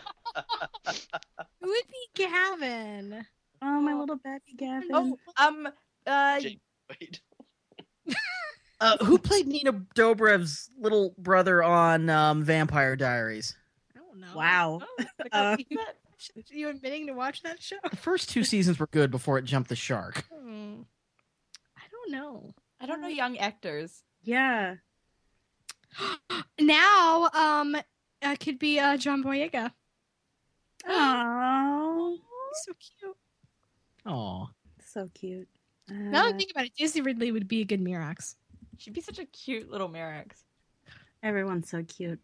Who would be Gavin? Oh my little baby Gavin. Oh, um, uh, Jake Wait. Uh, who played Nina Dobrev's little brother on um, Vampire Diaries? I don't know. wow. oh, I can't see that. Are you admitting to watch that show? The first two seasons were good before it jumped the shark. Hmm. I don't know. I don't know young actors. Yeah. now, um, it could be uh, John Boyega. Oh, He's so cute. Oh, so cute. Uh, Now that I think about it, Daisy Ridley would be a good Mirax. She'd be such a cute little Merrick. everyone's so cute.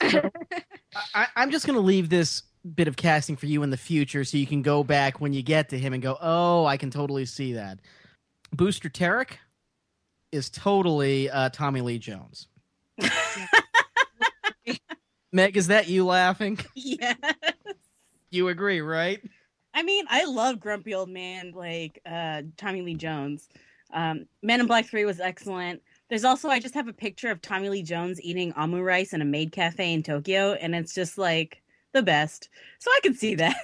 I, I'm just going to leave this bit of casting for you in the future, so you can go back when you get to him and go, "Oh, I can totally see that." Booster Tarek is totally uh, Tommy Lee Jones. Meg, is that you laughing? Yeah. You agree, right? I mean, I love grumpy old man like uh, Tommy Lee Jones. Um, Man in Black Three was excellent. There's also I just have a picture of Tommy Lee Jones eating amu rice in a maid cafe in Tokyo, and it's just like the best. So I can see that.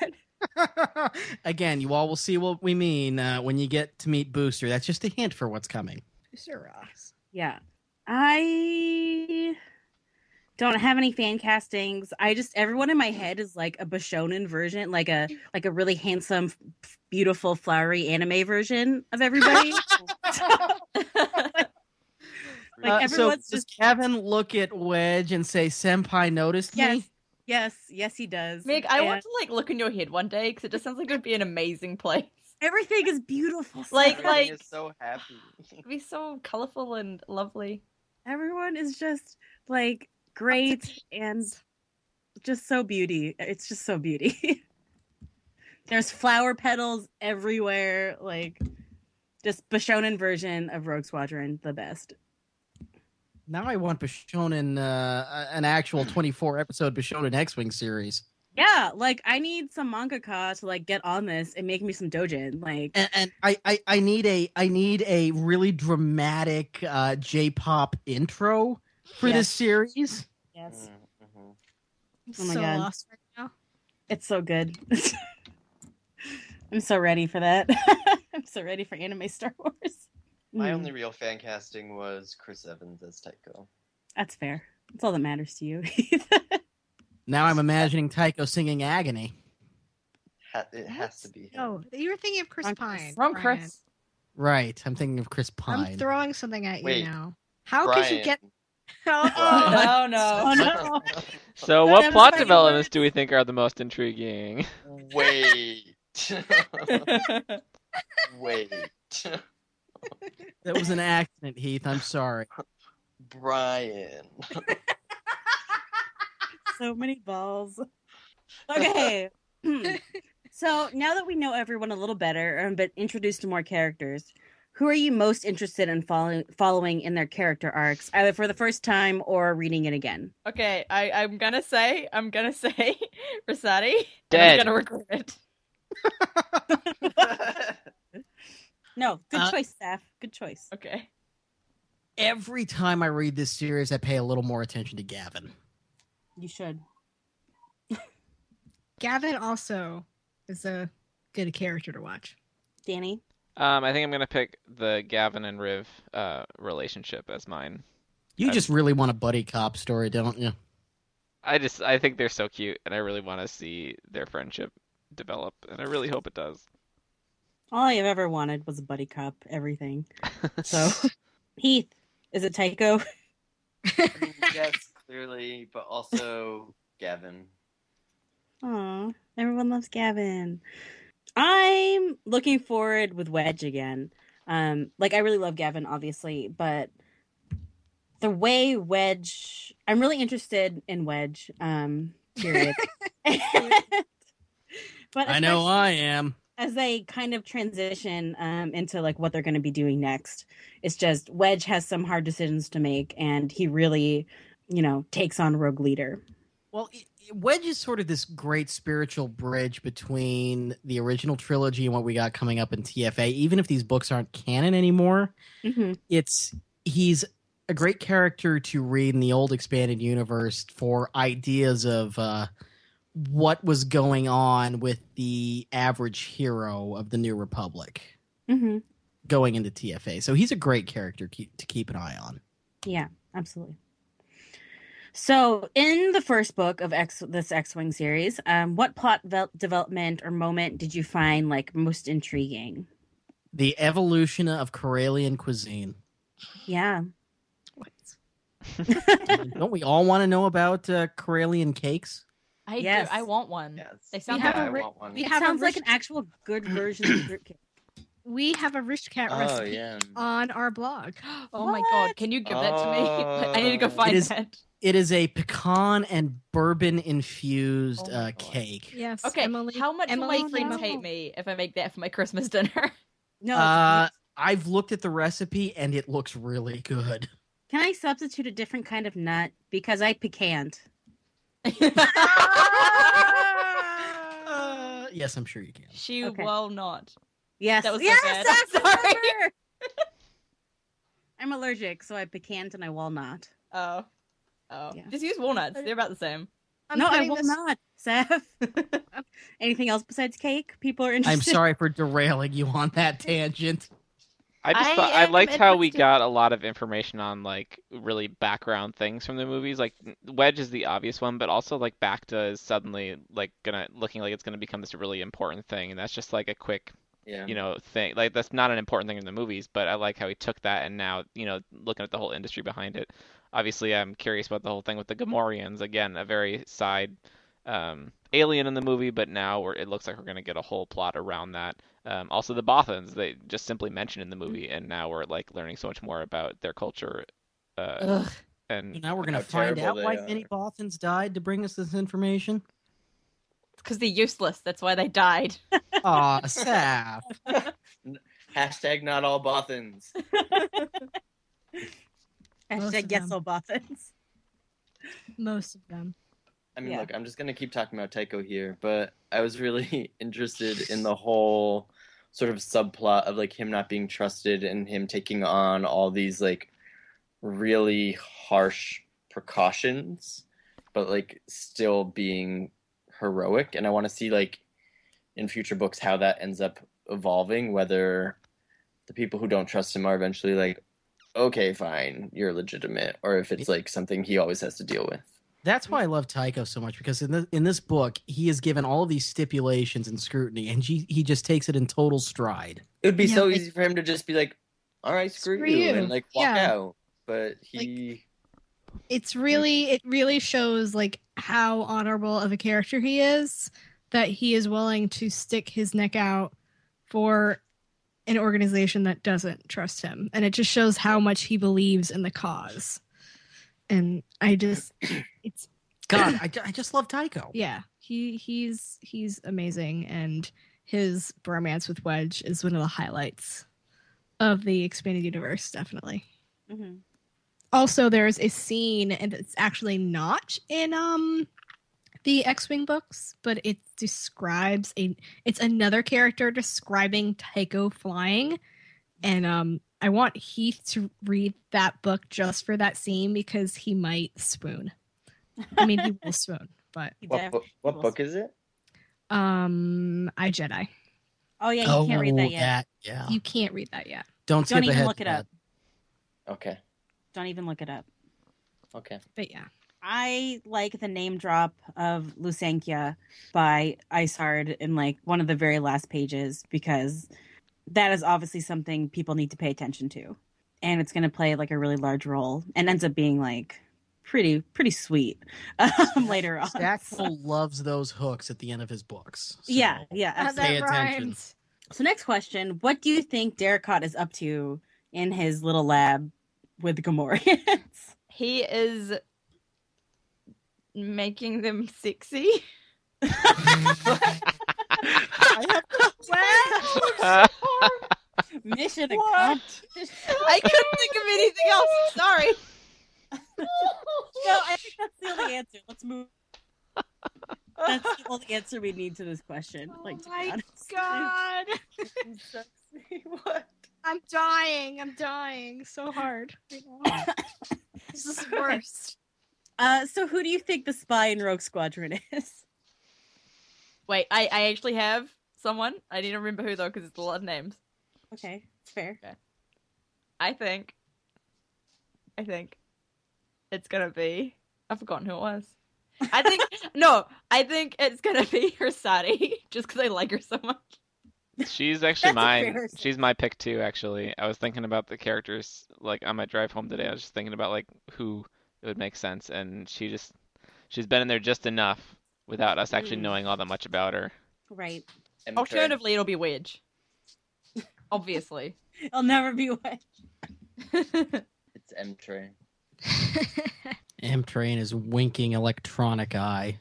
Again, you all will see what we mean uh, when you get to meet Booster. That's just a hint for what's coming. Mr. Ross. Yeah. I don't have any fan castings. I just everyone in my head is like a Bashonen version, like a like a really handsome, f- beautiful, flowery anime version of everybody. Like, Uh, so everyone's does just- Kevin look at Wedge and say, "Senpai noticed yes, me." yes, yes, he does. Meg, I And want to like look in your head one day because it just sounds like it'd be an amazing place. everything is beautiful. Like- Sarah. Everything like- is so happy. It'd be so colorful and lovely. everyone is just like great and just so beauty. It's just so beauty. There's flower petals everywhere, like just Bashonen version of Rogue Squadron, the best. Now I want Bashonen, uh, an actual twenty-four episode Bashonen X-wing series, Yeah, like I need some mangaka to like get on this and make me some dojin. Like and, and I, I I need a I need a really dramatic uh, J-pop intro for this series. yes, Mhm. I'm Oh my so God. lost right now. it's so good. I'm so ready for that. I'm so ready for anime Star Wars. My Hmm. Mm, only real fan casting was Chris Evans as Tycho. that's fair. That's all that matters to you. Now I'm imagining Tycho singing agony. Ha- it has to be him. No, Oh, you were thinking of Chris Wrong Chris. Pine. Wrong, Brian. Chris. Right. I'm thinking of Chris Pine. I'm throwing something at you Wait. now. How could you get? Brian. No, Oh, no. Oh, no. So, That what was plot funny developments words. do we think are the most intriguing? Wait. Wait. That was an accident, Heath. I'm sorry. Brian. so many balls. Okay. Hmm. so now that we know everyone a little better and been introduced to more characters, who are you most interested in following following in their character arcs, either for the first time or reading it again? okay, I, I'm gonna say, I'm gonna say, Rosati. Dead. I'm gonna regret it. No, good Uh, choice, Saf. Good choice. Okay. Every time I read this series, I pay a little more attention to Gavin. You should. Gavin also is a good character to watch. Danny? Um, I think I'm gonna pick the Gavin and Riv uh, relationship as mine. You I'm- just really want a buddy cop story, don't you? I just I think they're so cute, and I really want to see their friendship develop, and I really hope it does. All I have ever wanted was a buddy cop, everything. So Heath, is it Tycho? I mean, yes, clearly, but also Gavin. Aw, everyone loves Gavin. I'm looking forward with Wedge again. Um, like I really love Gavin, obviously, but the way Wedge, I'm really interested in Wedge. Um, period. but I know especially I am. as they kind of transition um, into like what they're going to be doing next it's just wedge has some hard decisions to make and he really you know takes on rogue leader Well, i- i- Wedge is sort of this great spiritual bridge between the original trilogy and what we got coming up in TFA. Even if these books aren't canon anymore, mm-hmm. it's he's a great character to read in the old expanded universe for ideas of uh, what was going on with the average hero of the New Republic Mm-hmm. going into TFA. So he's a great character keep, to keep an eye on. Yeah, absolutely. So, in the first book of X, this X-wing series, um, what plot vel- development or moment did you find like most intriguing? The evolution of Corellian cuisine. Yeah, What? Don't we all want to know about uh, Corellian cakes? I Yes. do. I want Hmm. one. Yes. They sound have yeah, a I ri- want one. we it have a sounds like rich- an actual good version of fruitcake. We have a rich cat Oh, recipe yeah. on our blog. Oh my god, can you give that to me? I need to go Oh. It find is- that. It is a pecan and bourbon infused Oh my uh, God. cake. Yes. Okay, Emily. how much Emily, will my friends no. hate me if I make that for my Christmas dinner? No, it's- Uh, I've looked at the recipe and it looks really good. can I substitute a different kind of nut because I pecaned? Uh, yes, I'm sure you can. She Okay. will not. Yes. That was so yes, bad. that's I'm sorry. remember. I'm allergic, so I pecaned and I will not. Oh. Oh. Yeah. Just use walnuts. They're about the same. I'm no, I putting will this- not, Seth. Anything else besides cake? People are I'm interested. sorry for derailing you on that tangent. I just I thought I am liked how we interested- got a lot of information on like really background things from the movies. Like Wedge is the obvious one, but also like Bacta is suddenly like gonna looking like it's gonna become this really important thing, and that's just like a quick Yeah. you know thing. Like that's not an important thing in the movies, but I like how he took that and now you know looking at the whole industry behind it. Obviously, I'm curious about the whole thing with the Gamorreans. Again, a very side um, alien in the movie, but now we're, it looks like we're going to get a whole plot around that. Um, also, the Bothans, they just simply mentioned in the movie, and now we're like learning so much more about their culture. Uh, Ugh. So and now we're gonna How find terrible out they why are. many Bothans died to bring us this information. Because they're useless. That's why they died. Aw, Saf. Hashtag not all Bothans. Most Hashtag of yes, them. all Bothans. Most of them. I mean, Yeah. look, I'm just gonna keep talking about Tycho here, but I was really interested in the whole sort of subplot of like him not being trusted and him taking on all these like really harsh precautions, but like still being heroic. And I want to see like in future books how that ends up evolving, whether the people who don't trust him are eventually like, okay, fine, you're legitimate, or if it's like something he always has to deal with. Mm. That's why I love Tycho so much because in, the, in this book he is given all of these stipulations and scrutiny, and he, he just takes it in total stride. It would be Yeah, so like- easy for him to just be like, "All right, screw, Screw you, you. and like walk Yeah. out. But he, It's really it really shows like how honorable of a character he is that he is willing to stick his neck out for an organization that doesn't trust him. And it just shows how much he believes in the cause. And I just it's God, I, ju- I just love Tycho. yeah he he's he's amazing and his bromance with wedge is one of the highlights of the expanded universe definitely hmm also there's a scene and it's actually not in um the x-wing books but it describes a it's another character describing tycho flying and um i want heath to read that book just for that scene because he might swoon i mean he will swoon but what, bu- what book is it? um i jedi Oh yeah, you can't read that yet. yeah. you can't read that yet Don't Don't skip even ahead look to it that. up. Okay, Don't even look it up. okay. but yeah I like the name drop of Lusankia by Isard in like one of the very last pages because that is obviously something people need to pay attention to. And it's going to play like a really large role and ends up being like pretty, pretty sweet um, later on. So- Stackpole loves those hooks at the end of his books. so- yeah, yeah. Ah, absolutely. that Pay attention. rhymes. So, next question What do you think Derricott is up to in his little lab with the Gamorreans? He is making them sexy. Mission What? accomplished. I couldn't think of anything else. Sorry. No, I think that's the only answer. Let's move. That's the only answer we need to this question. Like, to Oh my be honest. god what? i'm dying i'm dying so hard right now. this is the worst Uh, so who do you think the spy in Rogue Squadron is? Wait, I, I actually have someone. I need to remember who though, because it's a lot of names. Okay, it's fair. I think. I think. It's gonna be. I've forgotten who it was. I think no. I think it's gonna be Rosati, just because I like her so much. She's actually That's a fair mine. assessment. She's my pick too, actually. I was thinking about the characters like on my drive home today. I was just thinking about like who it would make sense, and she just she's been in there just enough without us actually Mm. knowing all that much about her. Right. Alternatively, it'll be Wedge. Obviously. I'll never be one. it's M Train. M Train is winking electronic eye.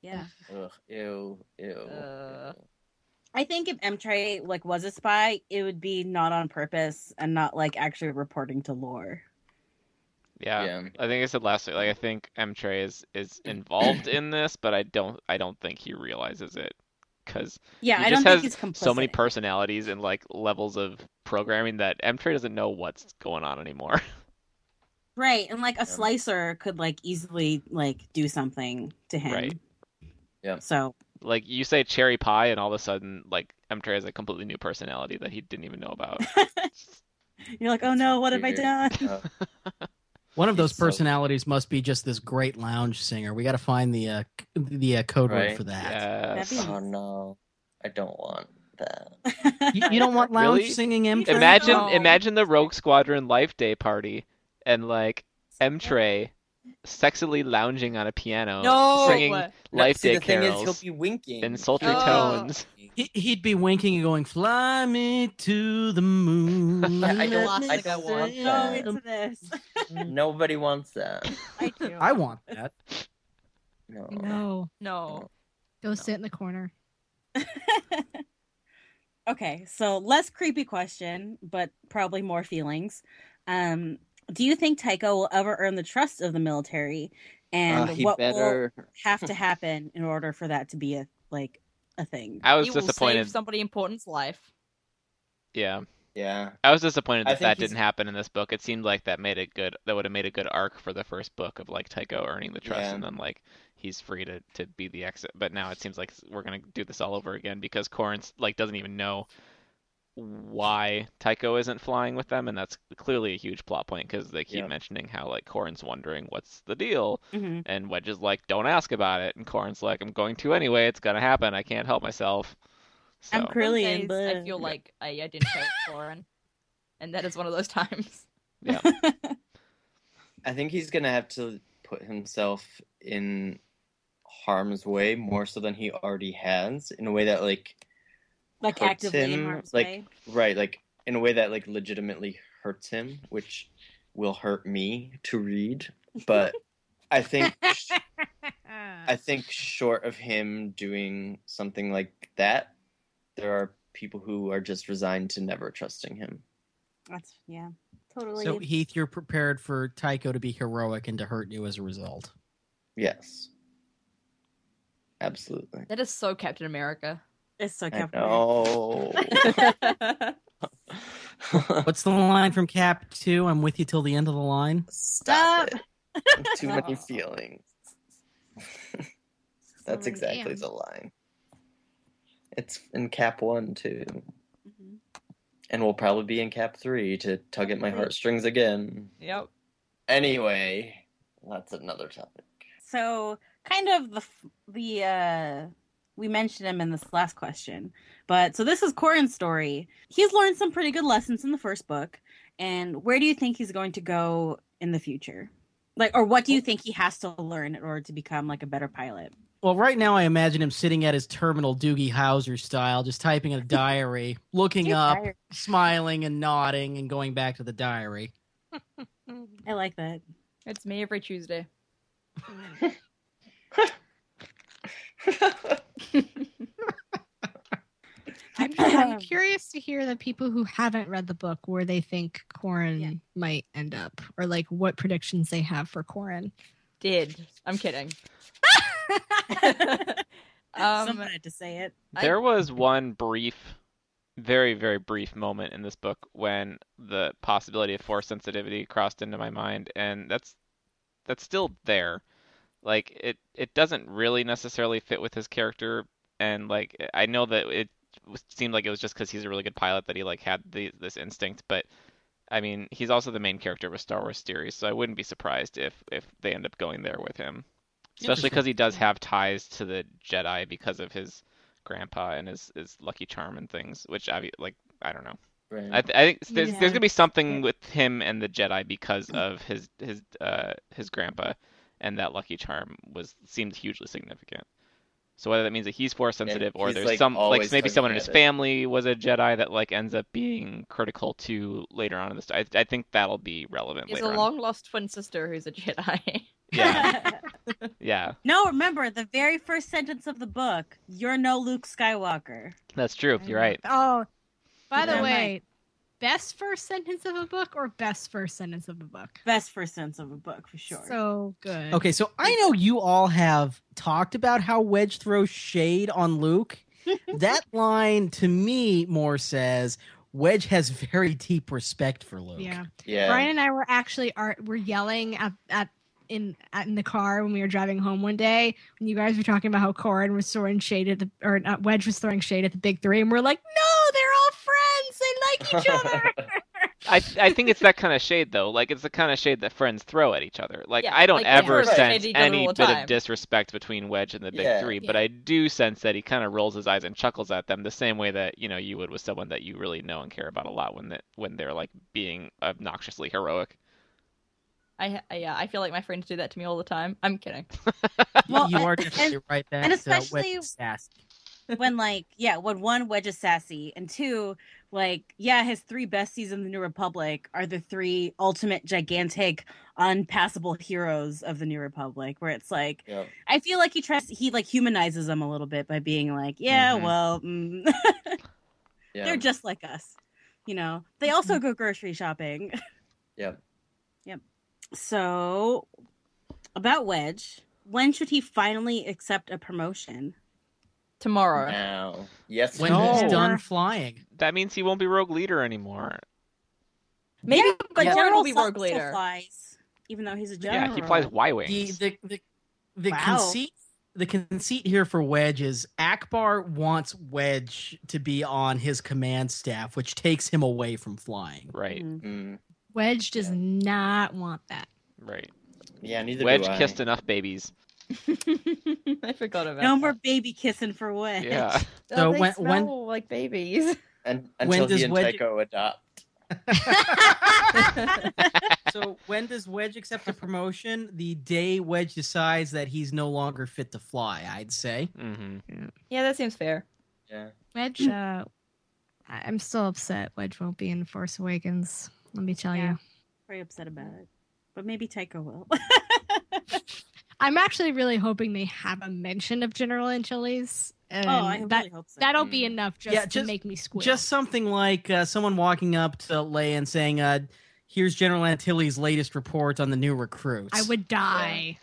Yeah. Ugh, ew, ew. Uh. I think if M Trey like was a spy, it would be not on purpose and not like actually reporting to lore. Yeah. yeah. I think I said last week, like I think M Trey is is involved in this, but I don't I don't think he realizes it because Yeah, He I just don't think has he's complicit. so many personalities and like levels of programming that M-Trade doesn't know what's going on anymore. right, and like a slicer could like easily like do something to him. Right. Yeah. So like you say cherry pie, and all of a sudden like M-Trade has a completely new personality that he didn't even know about. you're like, oh no, what have I Weird. done? Uh, One of those So- personalities must be just this great lounge singer. We got to find the uh, c- the uh, code word Right, for that. yes. That'd be- Oh no, I don't want that. You, you don't want lounge Really? singing M. Trey? Imagine No. imagine the Rogue Squadron Life Day party and like M-Trey sexily lounging on a piano, No. singing Life See, Day the thing is, carols he'll be winking. in sultry Oh. tones. He- He'd be winking and going, "Fly me to the moon." Yeah, I Let don't- me I don't want sail no, that. the it's this. Nobody wants that. I do. I want that. No. No. No. Go sit in the corner. okay, so less creepy question, but probably more feelings. Um, do you think Tycho will ever earn the trust of the military, and Uh, Ah, he what will better. have to happen in order for that to be a like a thing? I was He will disappointed. save somebody important's life. Yeah. yeah. I was disappointed I that think that he's- didn't happen in this book. It seemed like that made a good that would have made a good arc for the first book of like Tycho earning the trust Yeah. and then like he's free to to be the exit. But now it seems like we're gonna do this all over again because Corin's like doesn't even know why Tycho isn't flying with them, and that's clearly a huge plot point because they keep Yeah. mentioning how like Corin's wondering what's the deal, hmm and Wedge is like, "Don't ask about it," and Corin's like, "I'm going to anyway. It's gonna happen. I can't help myself." So I'm Really Some in days I love. feel like I identify with Corin, and that is one of those times. yeah, I think he's gonna have to put himself in harm's way more so than he already has in a way that like Like Hurts actively in him, harm's like- way. right like in a way that like legitimately hurts him which will hurt me to read but i think Uh, i think short of him doing something like that there are people who are just resigned to never trusting him That's yeah, totally. So Heath, you're prepared for Tycho to be heroic and to hurt you as a result. yes absolutely That is so Captain America. it's so I Captain America. know. What's the line from Cap Two? I'm with you till the end of the line. Stop. it. too many feelings That's exactly the line. It's in cap one too, Mm-hmm. Mhm. and will probably be in cap three to tug at my heartstrings again. Yep. Anyway, that's another topic. So kind of the f- the uh we mentioned him in this last question. But so this is Corin's story. He's learned some pretty good lessons in the first book. And where do you think he's going to go in the future? Like or what do you think he has to learn in order to become like a better pilot? Well, right now I imagine him sitting at his terminal, Doogie Howser style, just typing in a diary, looking Dear up, diary. smiling and nodding, and going back to the diary. I like that. It's me every Tuesday. I'm, I'm curious to hear the people who haven't read the book where they think Corin Yeah. might end up, or like what predictions they have for Corin. Did. I'm kidding. Someone um, had to say it. I- There was one brief, very, very brief moment in this book when the possibility of force sensitivity crossed into my mind, and that's that's still there. Like it it doesn't really necessarily fit with his character, and like I know that it was- seemed like it was just because he's a really good pilot that he like had the, this instinct, but I mean he's also the main character of a Star Wars series, so I wouldn't be surprised if if they end up going there with him, especially Interesting. because he does have ties to the Jedi because of his grandpa and his, his lucky charm and things, which I like. I don't know. I, Right. th- I think there's, Yeah. there's gonna be something with him and the Jedi because of his his uh his grandpa, and that lucky charm was seemed hugely significant. So whether that means that he's force sensitive or he's, there's like, some like always maybe talking someone in about his it. family was a Jedi that like ends up being critical to later on in the story. I, I think that'll be relevant He has a later on. long lost twin sister who's a Jedi. Yeah, yeah, no, remember the very first sentence of the book, you're no Luke Skywalker. that's true. You're right. Oh, by the Yeah. way, best first sentence of a book or best first sentence of a book? Best first sentence of a book for sure. So good. Okay, so I know you all have talked about how Wedge throws shade on Luke, that line to me more says Wedge has very deep respect for Luke. Yeah. Yeah. Brian and I were actually are were yelling at at in at, in the car when we were driving home one day when you guys were talking about how Corin was throwing shade at the or not, Wedge was throwing shade at the big three, and we're like, no, they're all friends. They like each other. I I think it's that kind of shade though. Like it's the kind of shade that friends throw at each other. Like Yeah, I don't like, they ever throw shade at sense each other any all the bit of time. disrespect between Wedge and the Big Yeah. Three, but I do sense that he kind of rolls his eyes and chuckles at them the same way that you know you would with someone that you really know and care about a lot when that when they're like being obnoxiously heroic. I I- yeah, I feel like my friends do that to me all the time. I'm kidding. Well, you are and- definitely right. That and uh, especially- Wedge is sassy. when like yeah when one wedge is sassy and two like yeah his three besties in the new republic are the three ultimate gigantic unpassable heroes of the new republic where it's like Yep. i feel like he tries he like humanizes them a little bit by being like yeah Mhm. well mm, Yeah. they're just like us you know they also go grocery shopping Yep. yep so about wedge when should he finally accept a promotion Tomorrow. Now. Yes. When No. he's done flying, That means he won't be Rogue Leader anymore. Maybe Yeah, but General General will be Sutton Rogue still Leader. Flies, even though he's a general. Yeah, he flies Y the wings. the the, the Wow. conceit the conceit here for Wedge is Akbar wants Wedge to be on his command staff, which takes him away from flying. Right, Mhm. Mm. Wedge does Yeah. not want that. right. Yeah. Neither Wedge do I. kissed enough babies. I forgot about No that. more baby kissing for Wedge. Yeah. Oh, So they when- smell when- like babies. And, When until does he and Wedge- Tycho adopt. so when does Wedge accept a promotion? The day Wedge decides that he's no longer fit to fly, I'd say. hmm yeah, that seems fair. Yeah. Mm. Wedge, uh, I- I'm still upset. Wedge won't be in Force Awakens. Let me tell Yeah. you, Very upset about it. But maybe Tycho will. I'm actually really hoping they have a mention of General Antilles. And oh, I that really Mm. hope so. that'll be enough just, Yeah, to just- make me squeal. Just something like uh, someone walking up to Leia and saying, uh, "Here's General Antilles' latest report on the new recruits." I would die.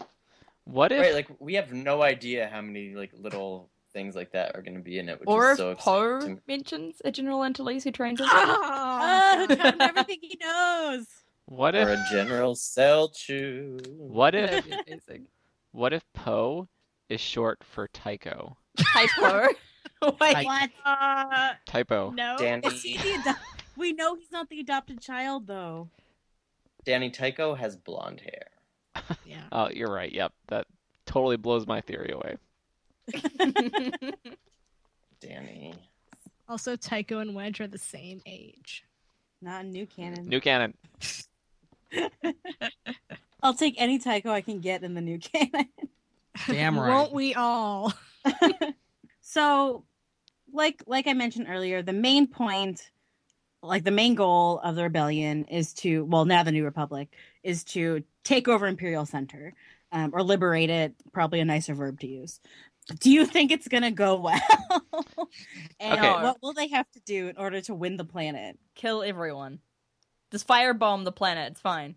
What if Right. Like we have no idea how many like little things like that are going to be in it, which or is if so exciting. to Poe me. mentions a General Antilles who trains him. Oh, Oh, tell him everything he knows. what Or if a General Selchu. what if That'd be amazing. What if Poe is short for Tycho? Hi, Oh Poe. Wait. What? uh, Typo. no. Is he Danny the ado- we know he's not the adopted child, though. Danny Tycho has blonde hair. Yeah. Oh, you're right. Yep, that totally blows my theory away. Danny. Also, Tycho and Wedge are the same age. Not in new canon. New canon. I'll take any Tycho I can get in the new canon. Damn right. Won't we all? so like like i mentioned earlier the main point like the main goal of the rebellion is to well now the new republic is to take over imperial center um, or liberate it probably a nicer verb to use do you think it's going to go well and Okay. what will they have to do in order to win the planet Kill everyone. Just firebomb the planet. It's fine.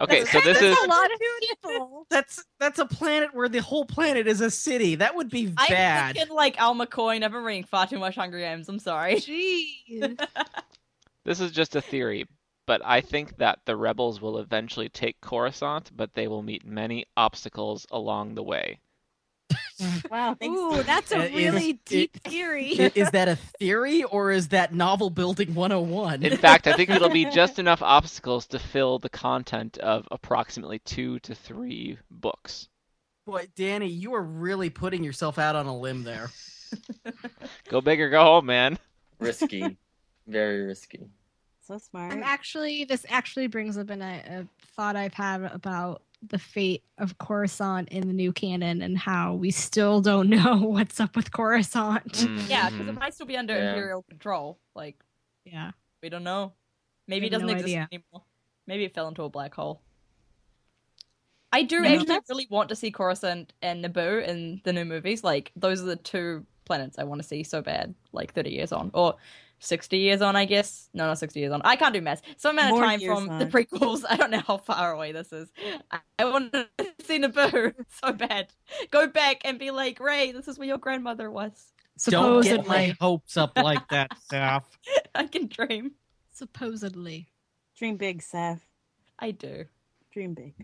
Okay, That's- so this is that's a lot of people. That's that's a planet where the whole planet is a city. That would be I'm bad. thinking like Al McCoy. and I've been reading far too much Hunger Games. I'm sorry. Jeez. this is just a theory, but I think that the rebels will eventually take Coruscant, but they will meet many obstacles along the way. wow thanks Ooh, that's a It Uh, is- really it- deep theory. I- is that a theory or is that novel building 101? In fact, I think it'll be just enough obstacles to fill the content of approximately two to three books. Boy, Danny, you are really putting yourself out on a limb there. Go big or go home, man. Risky. Very risky. so smart I'm actually, this actually brings up an, a thought I've had about the fate of Coruscant in the new canon and how we still don't know what's up with Coruscant. Mm. Yeah, because it Mhm. might still be under Yeah. Imperial control. Like Yeah. we don't know. Maybe it We have doesn't no exist idea. anymore. Maybe it fell into a black hole. I do Yeah, actually that's- really want to see Coruscant and Naboo in the new movies. Like those are the two planets I want to see so bad. Like thirty years on, or sixty years on, I guess. No, not sixty years on. I can't do math. Some amount More of time years from the on. prequels. I don't know how far away this is. I, I want to see Naboo so bad. Go back and be like, Ray, this is where your grandmother was. Don't Supposedly. get my hopes up like that, Saf. I can dream. Supposedly. Dream big, Seth. I do. Dream big.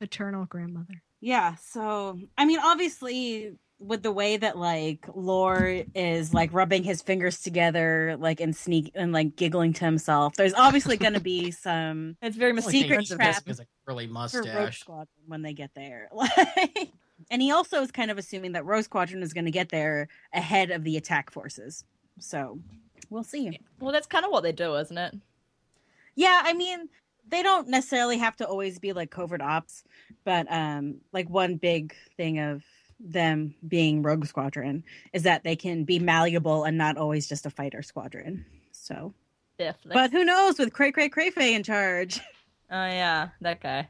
Paternal grandmother. Yeah, so I mean obviously with the way that like Lore is like rubbing his fingers together like and sneak and like giggling to himself, there's obviously gonna be some It's very Like, mysterious. secret trap. Is a for curly Rogue mustache. Squadron when they get there. Like and he also is kind of assuming that Rose Squadron is gonna get there ahead of the attack forces. So we'll see. Well, that's kind of what they do, isn't it? Yeah, I mean, they don't necessarily have to always be like covert ops, but um like one big thing of them being rogue squadron is that they can be malleable and not always just a fighter squadron. So, Definitely. but who knows with Cray Cray Crayfay in charge oh yeah, that guy.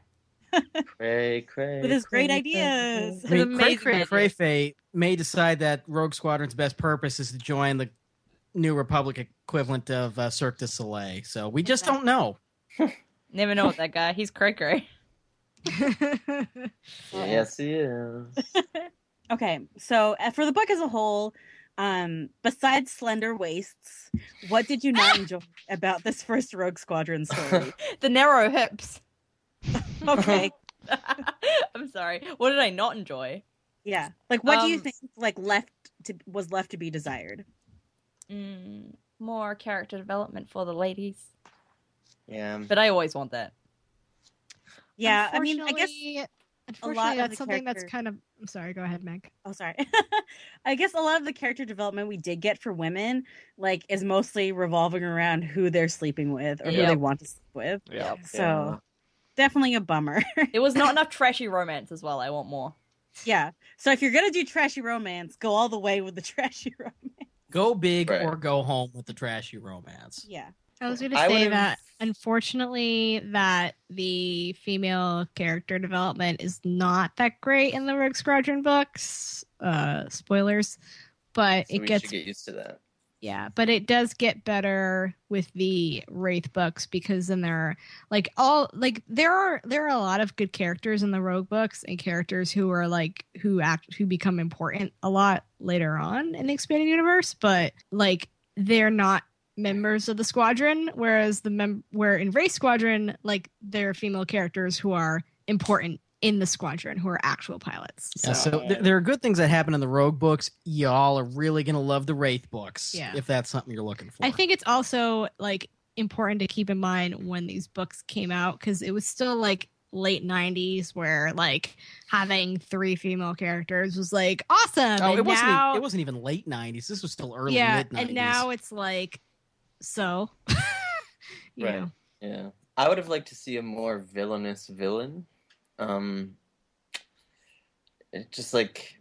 Cray, cray. with his great ideas. I mean, Amazing Cray- idea. Crayfay may decide that Rogue Squadron's best purpose is to join the New Republic equivalent of uh, Cirque du Soleil. So we just don't know. Never know what that guy. He's cray cray. Yes, he is. Okay, so uh, for the book as a whole, um, besides slender waists, what did you not enjoy about this first Rogue Squadron story? The narrow hips. Okay, I'm sorry. What did I not enjoy? yeah, like what do you Um, think like left to was left to be desired? Mm, more character development for the ladies. Yeah. But I always want that. Yeah, I mean, I guess. Unfortunately- lot of Unfortunately, that's the something that's character- kind of. I'm sorry. Go ahead, Meg. Oh, sorry. I guess a lot of the character development we did get for women, like, is mostly revolving around who they're sleeping with or who Yeah. they want to sleep with. Yeah. Yep. So, Yeah. definitely a bummer. There was not enough trashy romance as well. I want more. yeah. So if you're gonna do trashy romance, go all the way with the trashy romance. Go big Right. or go home with the trashy romance. Yeah. I was going to I say would've- that unfortunately that the female character development is not that great in the Rogue Squadron books. Uh spoilers, but So it we gets should get used to that. yeah, but it does get better with the Wraith books because then there are like all like there are there are a lot of good characters in the Rogue books and characters who are like who act who become important a lot later on in the expanded universe, but like they're not members of the squadron, whereas the mem where in Wraith Squadron, like there are female characters who are important in the squadron who are actual pilots. So, Yeah, so th- there are good things that happen in the Rogue books. Y'all are really going to love the Wraith books Yeah. if that's something you're looking for. I think it's also like important to keep in mind when these books came out because it was still like late 90s where like having three female characters was like awesome. Oh, and it wasn't. now- even, it wasn't even late '90s. This was still early yeah, mid '90s. and now it's like so. you Right. know. Yeah. I would have liked to see a more villainous villain. Um it just like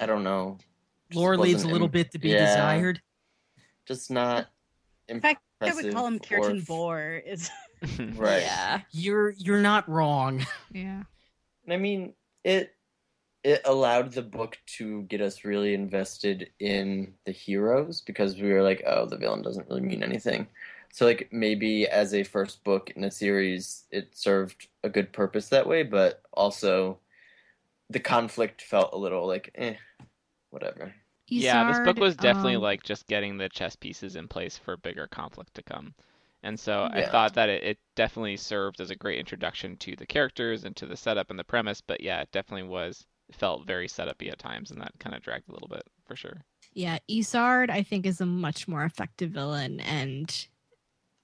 I don't know. Just Lore leaves a wasn't little im- bit to be yeah, desired. Just not In fact, I impressive would call him or Kirtan f- Bohr. Is Right. Yeah. You're you're not wrong. Yeah. And I mean, it it allowed the book to get us really invested in the heroes because we were like, oh, the villain doesn't really mean anything. So like maybe as a first book in a series, it served a good purpose that way, but also the conflict felt a little like, eh, whatever. yeah, this book Isard, was definitely um, like just getting the chess pieces in place for a bigger conflict to come. And so I Yeah. thought that it, it definitely served as a great introduction to the characters and to the setup and the premise, but yeah, it definitely was felt very setupy at times and that kind of dragged a little bit for sure. Yeah, Isard I think is a much more effective villain and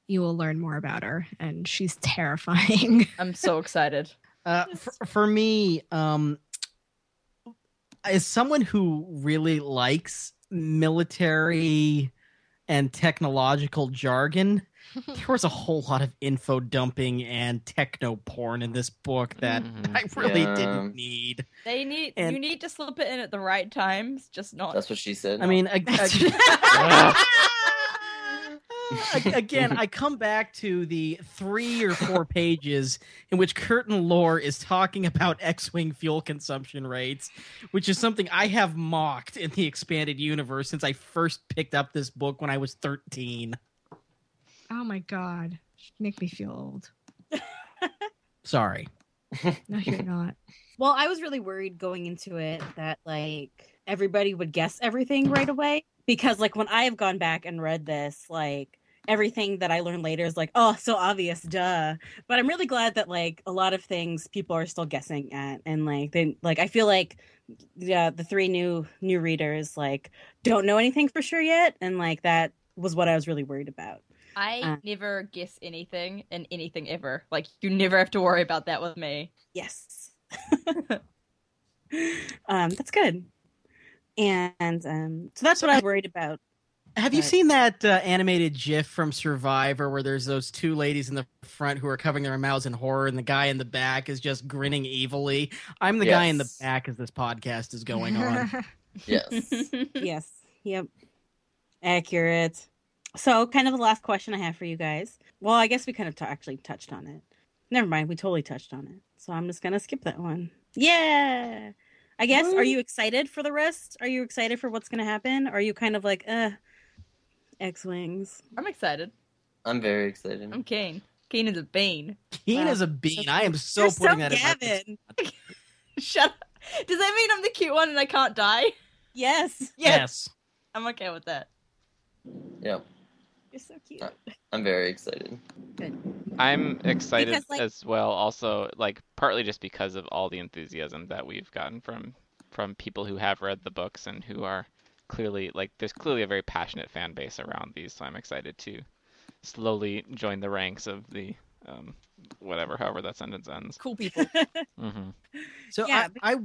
you will learn more about her and she's terrifying. I'm so excited. Uh, for, for me, um, as someone who really likes military and technological jargon, there was a whole lot of info dumping and techno porn in this book that Mhm. I really Yeah. didn't need. They need And- you need to slip it in at the right times, just not. That's what she said. I mean, I, I, Ag- Again, I come back to the three or four pages in which Curtin Lore is talking about X Wing fuel consumption rates, which is something I have mocked in the expanded universe since I first picked up this book when I was 13. Oh my god. Make me feel old. Sorry. No, you're not. Well, I was really worried going into it that like everybody would guess everything right away because like when I have gone back and read this, like everything that I learned later is like, oh, so obvious, duh. But I'm really glad that like a lot of things people are still guessing at and like they like I feel like yeah, the three new new readers like don't know anything for sure yet and like that was what I was really worried about. I Uh. never guess anything and anything ever. Like you never have to worry about that with me. Yes. um, that's good. And um, so that's what I was worried about. Have you Right. seen that uh, animated GIF from Survivor where there's those two ladies in the front who are covering their mouths in horror, and the guy in the back is just grinning evilly? I'm the guy in the Yes. back as this podcast is going on. Yes. yes. Yep. Accurate. So, kind of the last question I have for you guys. Well, I guess we kind of t- actually touched on it. Never mind. We totally touched on it. So, I'm just going to skip that one. Yeah. I guess. Are you excited for the rest? Are you excited for what's going to happen? Are you kind of like, uh, X Wings? I'm excited. I'm very excited. I'm keen. Keen as a bean. Keen Wow. as a bean. I am so You're putting that in. my- Gavin. Shut up. Does that mean I'm the cute one and I can't die? Yes. Yes. I'm okay with that. Yeah, You're so Uh, cute. I'm very excited. I'm excited Because, like- as well, also like partly just because of all the enthusiasm that we've gotten from from people who have read the books and who are clearly like there's clearly a very passionate fan base around these, so I'm excited to slowly join the ranks of the um, whatever, however that sentence ends. Cool people. hmm So Yeah, I, I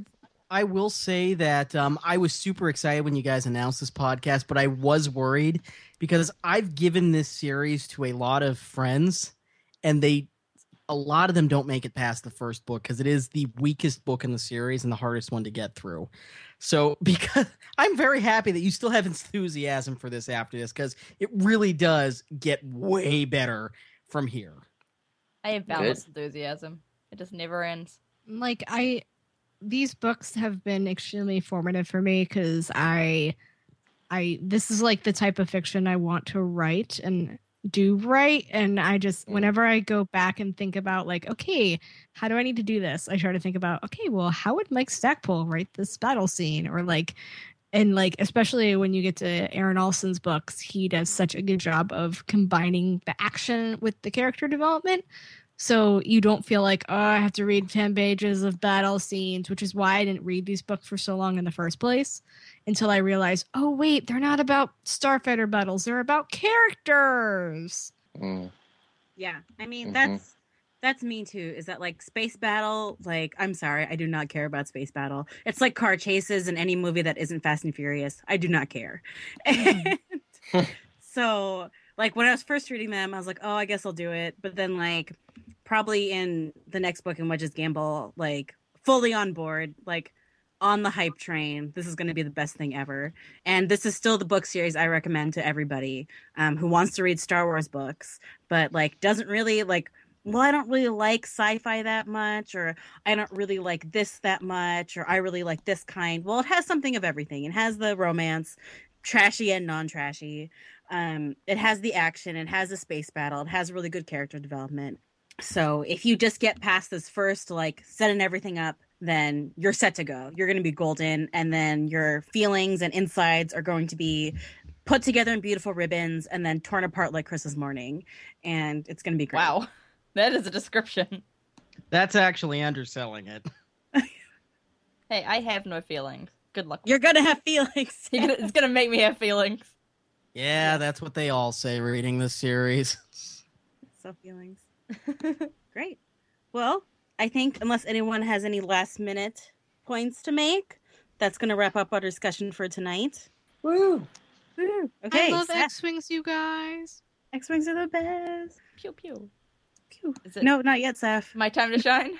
I will say that um, I was super excited when you guys announced this podcast, but I was worried because I've given this series to a lot of friends, and they a lot of them don't make it past the first book because it is the weakest book in the series and the hardest one to get through. So because I'm very happy that you still have enthusiasm for this after this because it really does get way better from here. I have boundless enthusiasm. It just never ends. like I these books have been extremely formative for me cuz I I this is like the type of fiction I want to write and do right and I just Mm. whenever I go back and think about like okay how do I need to do this I try to think about okay well how would Mike Stackpole write this battle scene or like and like especially when you get to Aaron Olson's books he does such a good job of combining the action with the character development so you don't feel like oh i have to read 10 pages of battle scenes which is why i didn't read these books for so long in the first place until i realized oh wait they're not about starfighter battles they're about characters Mm. Yeah, I mean Mhm. that's that's me too. Is that like space battle? Like I'm sorry, I do not care about space battle. It's like car chases in any movie that isn't Fast and Furious. I do not care. And so like when I was first reading them, I was like, oh, I guess I'll do it. But then like probably in the next book in Wedge's Gamble, like fully on board, like on the hype train. This is going to be the best thing ever. And this is still the book series I recommend to everybody um, who wants to read Star Wars books but like doesn't really like well i don't really like sci-fi that much or i don't really like this that much or i really like this kind well it has something of everything it has the romance trashy and non-trashy um it has the action it has a space battle it has really good character development so if you just get past this first like setting everything up then you're set to go you're going to be golden and then your feelings and insides are going to be put together in beautiful ribbons and then torn apart like christmas morning and it's going to be great Wow. That is a description. That's actually underselling it. Hey, I have no feelings. Good luck. you're going to have feelings You're gonna- it's gonna make me have feelings. Yeah, that's what they all say reading this series. so feelings great well i think unless anyone has any last minute points to make that's going to wrap up our discussion for tonight Woo! Woo. okay i love Seth, x-wings you guys x-wings are the best Pew pew. Pew. Is it no not yet seth my time to shine?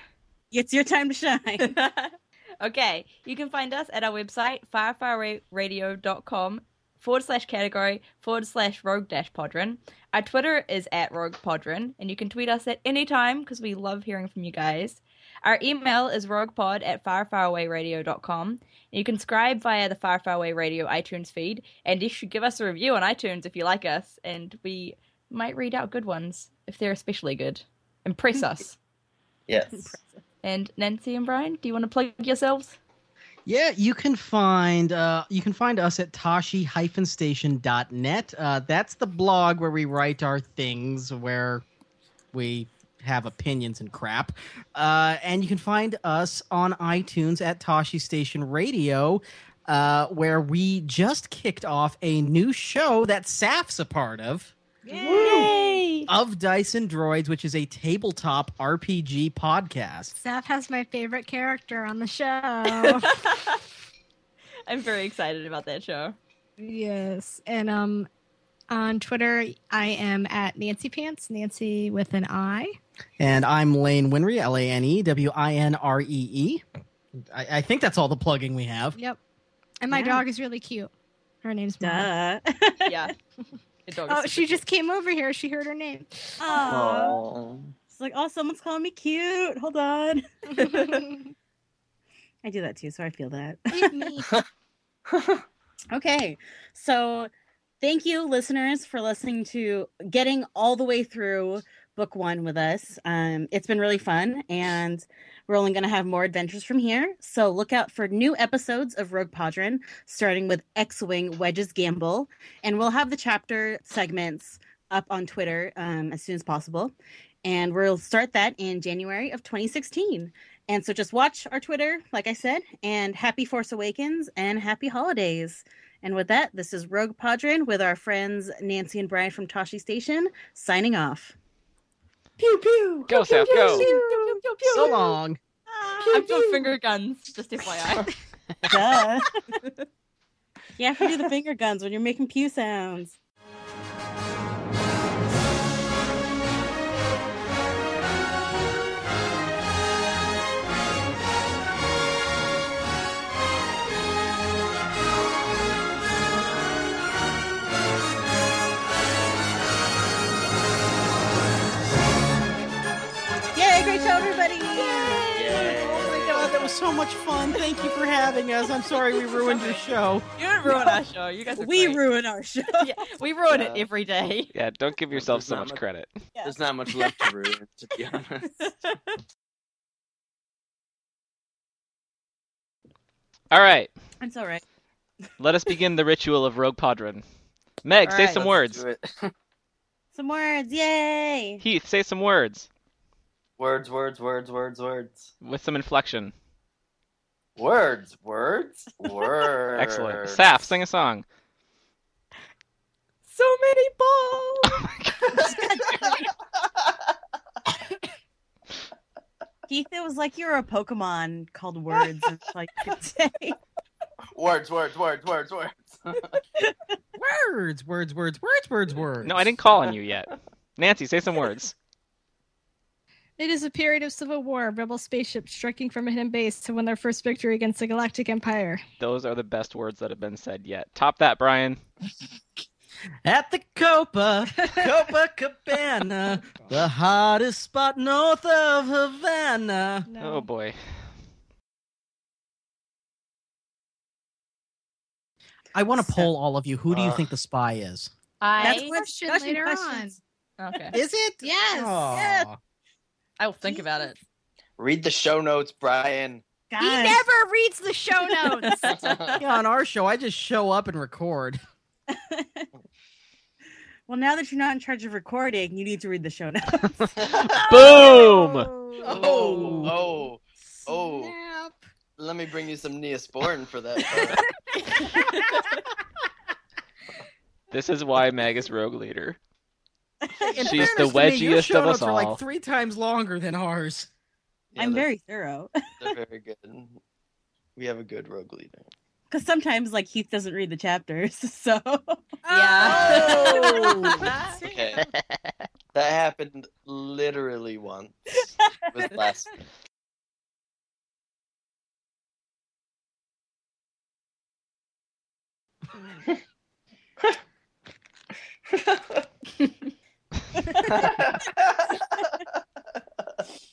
it's your time to shine okay, you can find us at our website, firefireradio.com forward slash category forward slash rogue dash podrin. Our Twitter is at rogue podrin, and you can tweet us at any time because we love hearing from you guys. Our email is roguepod at firefireradio.com. And you can subscribe via the Far Far Away Radio iTunes feed, and you should give us a review on iTunes if you like us, and we might read out good ones if they're especially good. Impress us Yes. And Nancy and Brian, do you want to plug yourselves? Yeah, you can find uh, you can find us at tashi-station.net. Uh, that's the blog where we write our things, where we have opinions and crap. Uh, and you can find us on iTunes at Tashi Station Radio, uh, where we just kicked off a new show that Saf's a part of Yay! of Dice and Droids, which is a tabletop RPG podcast. Seth has my favorite character on the show. I'm very excited about that show. yes. And um on Twitter I am at Nancy Pants, Nancy with an I. And I'm Lane Winry, L A N E W I N R E E. I I think that's all the plugging we have. Yep. And my Yeah. dog is really cute. Her name's Mama. Duh. Yeah. Your dog is Oh, super she cute. just came over here. She heard her name. Oh. Aw. It's like, oh, someone's calling me cute. Hold on. Eat I do that too, so I feel that. me. Okay. So thank you, listeners, for listening to getting all the way through book one with us. Um, it's been really fun, and we're only going to have more adventures from here. So look out for new episodes of Rogue Padron, starting with X Wing Wedge's Gamble. And we'll have the chapter segments up on Twitter um, as soon as possible. And we'll start that in January of 2016. And so just watch our Twitter, like I said, and happy Force Awakens and happy holidays. And with that, this is Rogue Padron with our friends Nancy and Brian from Tashi Station signing off. Go, Seth, go. So long. I've got finger guns, just FYI. Duh. you have to do the finger guns when you're making pew sounds. Yay, great show, everybody! Oh my god, that was so much fun. Thank you for having us. I'm sorry we ruined your show. you didn't ruin our show. You guys are We great. ruin our show. Yeah, we ruin it Yeah. every day. Yeah, don't give yourself There's so not much much- credit. There's not much left to ruin, to be honest. All right, It's all right. let us begin the ritual of Rogue Padron. Meg, All say right, some Let's words. do it. Some words, yay! Heath, say some words Words, words, words, words, words. with some inflection. Words, words, words. Excellent. Saf, sing a song. So many balls. Keith, it was like you were a Pokemon called words. It's like today. Words, words, words, words, words. Words, words, words, words, words, words. No, I didn't call on you yet. Nancy, say some words. It is a period of civil war, rebel spaceships striking from a hidden base to win their first victory against the Galactic Empire. Those are the best words that have been said yet. Top that, Brian. At the Copa, Copacabana, the hottest spot north of Havana. No. Oh boy. I want to poll all of you. Who do you Ugh. think the spy is? I That's Question question later questions. okay. Is it? Yes. Aw. Yes. I will think about it. Read the show notes, Brion. on. He Guys. never reads the show notes. Yeah, on our show, I just show up and record. Well, now that you're not in charge of recording, you need to read the show notes. Boom! Oh, oh, oh. Snap. let me bring you some Neosporin for that. part. This is why Meg is rogue leader. In She's fairness the to me, your wedgiest show of us notes are all. like three times longer than ours. Yeah, I'm they're- very thorough They're very good. We have a good rogue leader. because sometimes, like Heath doesn't read the chapters, so Yeah. Oh! Okay. That happened literally once. With last week.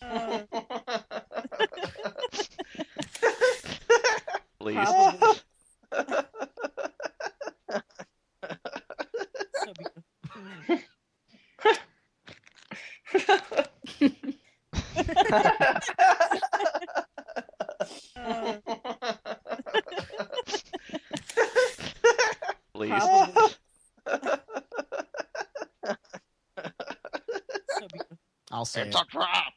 Oh. Please. probably so beautiful. Probably. It's So beautiful. I'll say it. a trap.